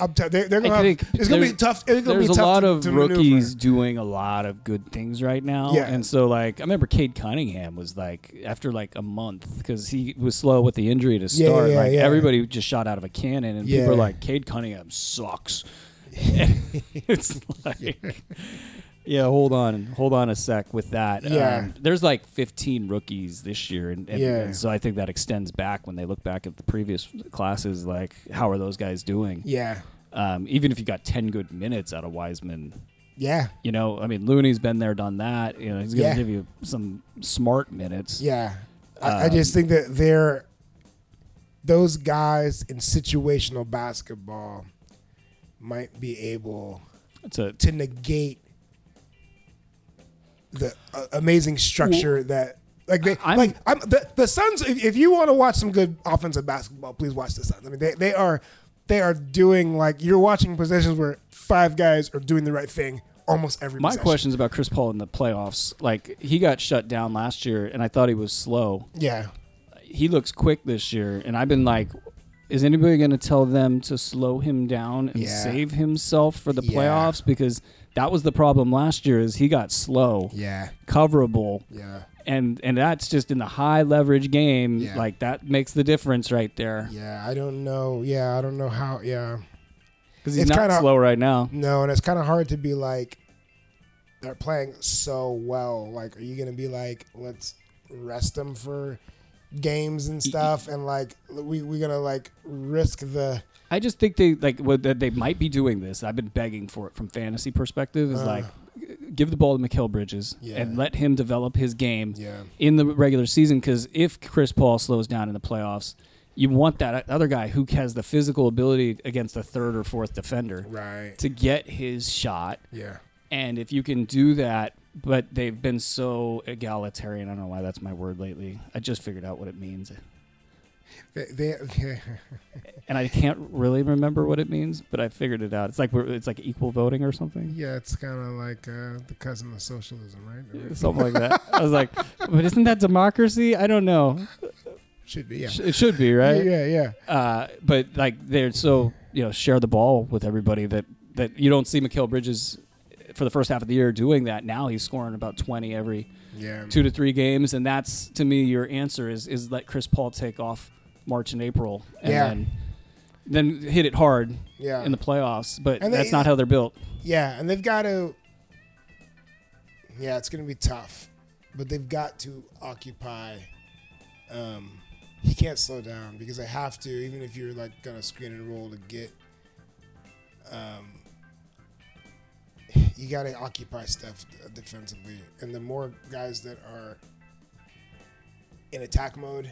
I'm t- they're, they're gonna
I
have-
think
it's gonna be
there's-
tough. It's gonna be
There's a
tough
lot
to,
of
to maneuver.
rookies doing a lot of good things right now,
Yeah.
and so like I remember Cade Cunningham was like after like a month because he was slow with the injury to
Yeah,
start.
yeah,
like
yeah.
everybody just shot out of a cannon, and
Yeah.
people are like, Cade Cunningham sucks. And it's like, yeah, hold on, hold on a sec with that. Um,
Yeah.
there's like 15 rookies this year, and, and,
Yeah.
and so I think that extends back when they look back at the previous classes. Like, how are those guys doing?
Yeah,
um, even if you got 10 good minutes out of Wiseman.
yeah,
You know, I mean, Looney's been there, done that. You know, he's going to
Yeah.
give you some smart minutes.
yeah. I, I just
Um,
think that they're those guys in situational basketball might be able
It's a,
to negate the uh, amazing structure that like they
I'm-
like I'm, the the Suns. If, if you want to watch some good offensive basketball, please watch the Suns. I mean, they they are they are doing like you're watching possessions where five guys are doing the right thing almost every.
my
possession.
question's about Chris Paul in the playoffs. Like, he got shut down last year, and I thought he was slow.
Yeah,
He looks quick this year, and I've been like, is anybody going to tell them to slow him down and
Yeah.
save himself for the
Yeah.
playoffs? Because that was the problem last year is he got slow,
yeah,
coverable,
yeah,
and and that's just in the high leverage game
Yeah.
like that makes the difference right there
yeah. I don't know. Yeah, I don't know how. Yeah.
because he's
It's
not
kinda-
slow right now
No, and it's kind of hard to be like they're playing so well. Like, are you gonna be like, let's rest them for games and stuff, and like we we gonna like risk the
i just think they like what that they might be doing this i've been begging for it from fantasy perspective is
Uh.
like give the ball to Mikhail bridges
Yeah.
and let him develop his game
yeah
in the regular season because if chris paul slows down in the playoffs you want that other guy who has the physical ability against a third or fourth defender
right
to get his shot
yeah
And if you can do that, but they've been so egalitarian. I don't know why that's my word lately. I just figured out what it means.
they, they-
And I can't really remember what it means, but I figured it out. It's like we're, it's like equal voting or something.
yeah it's kind of like uh, the cousin of socialism, right?
Something like that. I was like, but isn't that democracy? I don't know.
Should be yeah.
Sh- It should be, right?
Yeah, yeah,
Uh, but like they're so, you know, share the ball with everybody that that you don't see Mikhail Bridges for the first half of the year doing that. Now he's scoring about 20 every
yeah,
two to three games, and that's to me your answer is is let Chris Paul take off March and April, and
Yeah.
then, then hit it hard
yeah.
in the playoffs. But
And they-
that's not how they're built.
Yeah, and they've got to. Yeah, it's going to be tough, but they've got to occupy um, you can't slow down because I have to, even if you're like gonna screen and roll to get. Um, you gotta occupy stuff defensively, and the more guys that are in attack mode,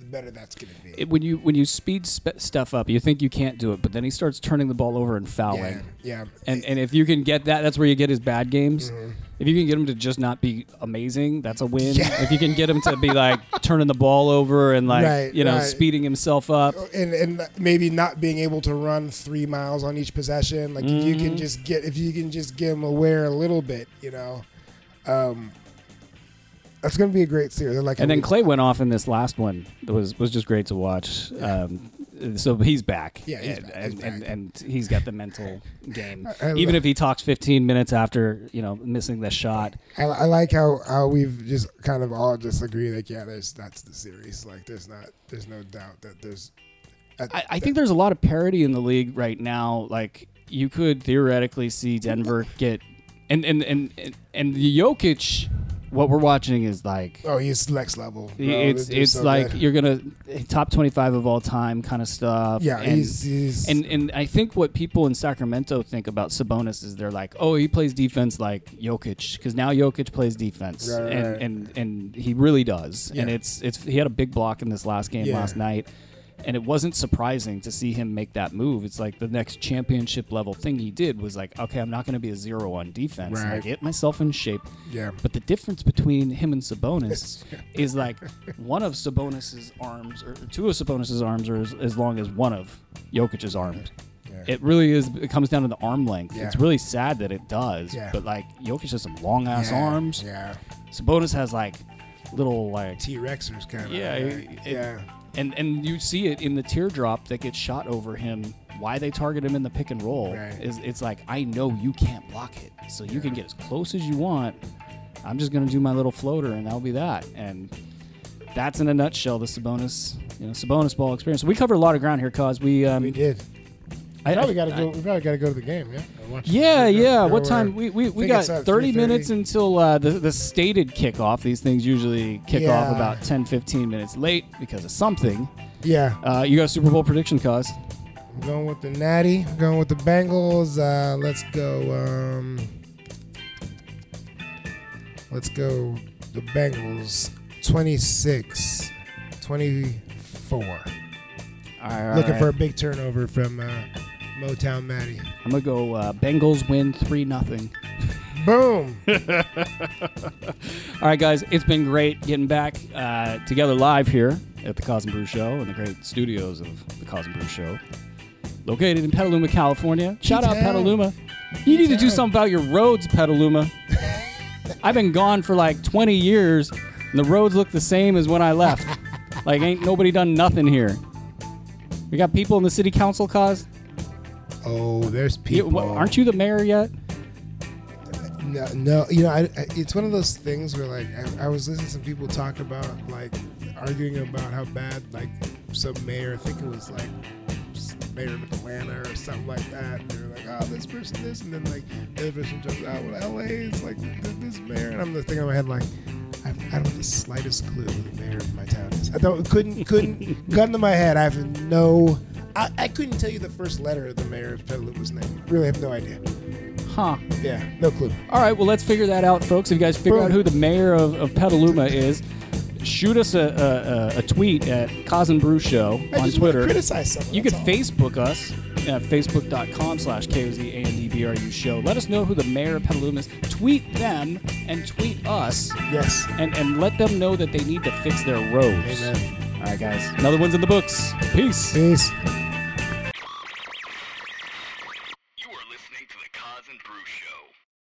the better that's gonna be.
It- when you when you speed sp- stuff up, you think you can't do it, but then he starts turning the ball over and fouling.
yeah, yeah,
And and if you can get that, that's where you get his bad games.
Mm-hmm.
If you can get him to just not be amazing, that's a win.
Yeah.
If you can get him to be like turning the ball over and like
Right,
you know
right.
speeding himself up,
and and maybe not being able to run three miles on each possession. Like if you
Mm-hmm.
can just get if you can just get them aware a little bit, you know, um, that's gonna be a great series. I Like
and then Clay went off in this last one. That was was just great to watch. Um, so he's back.
Yeah, he's
and,
back.
And,
He's
and
back.
and he's got the mental game.
I
Even
lo-
if he talks 15 minutes after you know missing the shot,
I, I like how how we've just kind of all disagree. Like yeah, there's that's the series. Like there's not there's no doubt that there's. at-
I, I think there's a lot of parity in the league right now. Like you could theoretically see Denver get and and and and, and the Jokic. What we're watching is like
Oh, he's next level. bro.
it's
This dude's
it's
so
like
good.
you're gonna top 25 of all time kind of stuff.
yeah,
and,
he's, he's
and and I think what people in Sacramento think about Sabonis is they're like, oh, he plays defense like Jokic because now Jokic plays defense
Right, right,
and,
right.
and and he really does. And
Yeah.
it's it's he had a big block in this last game
Yeah.
last night, and it wasn't surprising to see him make that move. It's like the next championship level thing he did was like, okay, I'm not going to be a zero on defense. And I
Right.
get myself in shape.
yeah.
But the difference between him and Sabonis is like one of Sabonis's arms, or two of Sabonis's arms, are as, as long as one of Jokic's arms.
yeah.
It really is. It comes down to the arm length.
Yeah.
It's really sad that it does.
Yeah.
But like Jokic has some long ass
yeah,
arms.
Yeah.
Sabonis has like little like.
T Rexers kind of.
Yeah, it-
yeah.
And and you see it in the teardrop that gets shot over him. Why they target him in the pick and roll
Right.
is it's like I know you can't block it, so you can get as close as you want. I'm just gonna do my little floater, and that'll be that. And that's in a nutshell the Sabonis, you know, Sabonis ball experience. We covered a lot of ground here, cause we um,
We did.
I,
Probably
I-
got to go. We probably got to go to the game. Yeah. Or watch
Yeah,
the-
yeah.
Or
What
we're-
time? We, we, we
think
got
it's at
30 minutes
3:30.
until uh, the, the stated kickoff. These things usually kick off
Yeah.
about 10, 15 minutes late because of something.
Yeah.
Uh, you got a Super Bowl prediction, cause
I'm going with the Natty. I'm going with the Bengals. Uh, let's go. Um, let's go. The Bengals. 26,
All
24.
right, all
Looking
right.
for a big turnover from uh, Motown Natty.
I'm gonna go uh, Bengals win three nothing.
Boom.
All right, guys, it's been great getting back uh, together live here at the Cosm Brew Show and the great studios of the Cosm Brew Show, located in Petaluma, California. Shout out
P-Town.
Petaluma. You need to do
P-Town.
something about your roads, Petaluma. I've been gone for like 20 years, and the roads look the same as when I left. like, ain't nobody done nothing here. We got people in the city council, cause
oh, there's
you,
people.
wha- aren't you the mayor yet?
No, no, you know, I, I, it's one of those things where like I, I was listening to some people talk about like arguing about how bad like some mayor, I think it was like s- mayor of Atlanta or something like that. And they were like, oh, this person this, and then like the other person jumps out with LA is like th- this mayor, and I'm just thinking in my head like. I I don't have the slightest clue who the mayor of my town is. I don't couldn't couldn't gun to my head. I have no. I, I couldn't tell you the first letter of the mayor of Petalooma's name. Really have no idea.
Huh.
Yeah, no clue.
All right, well, let's figure that out, folks. If you guys figure
Boom.
out who the mayor of, of Petaluma is, shoot us a, a, a, a tweet at Cos and Brew Show
I
on
just wanna
Twitter.
Criticize someone.
You
that's
could
all.
Facebook us at facebook.com slash KOZANDBRU show. Let us know who the mayor of Petaluma is. Tweet them and tweet us
Yes.
and, and let them know that they need to fix their roads.
Amen.
All right, guys. Another one's in the books. Peace.
Peace.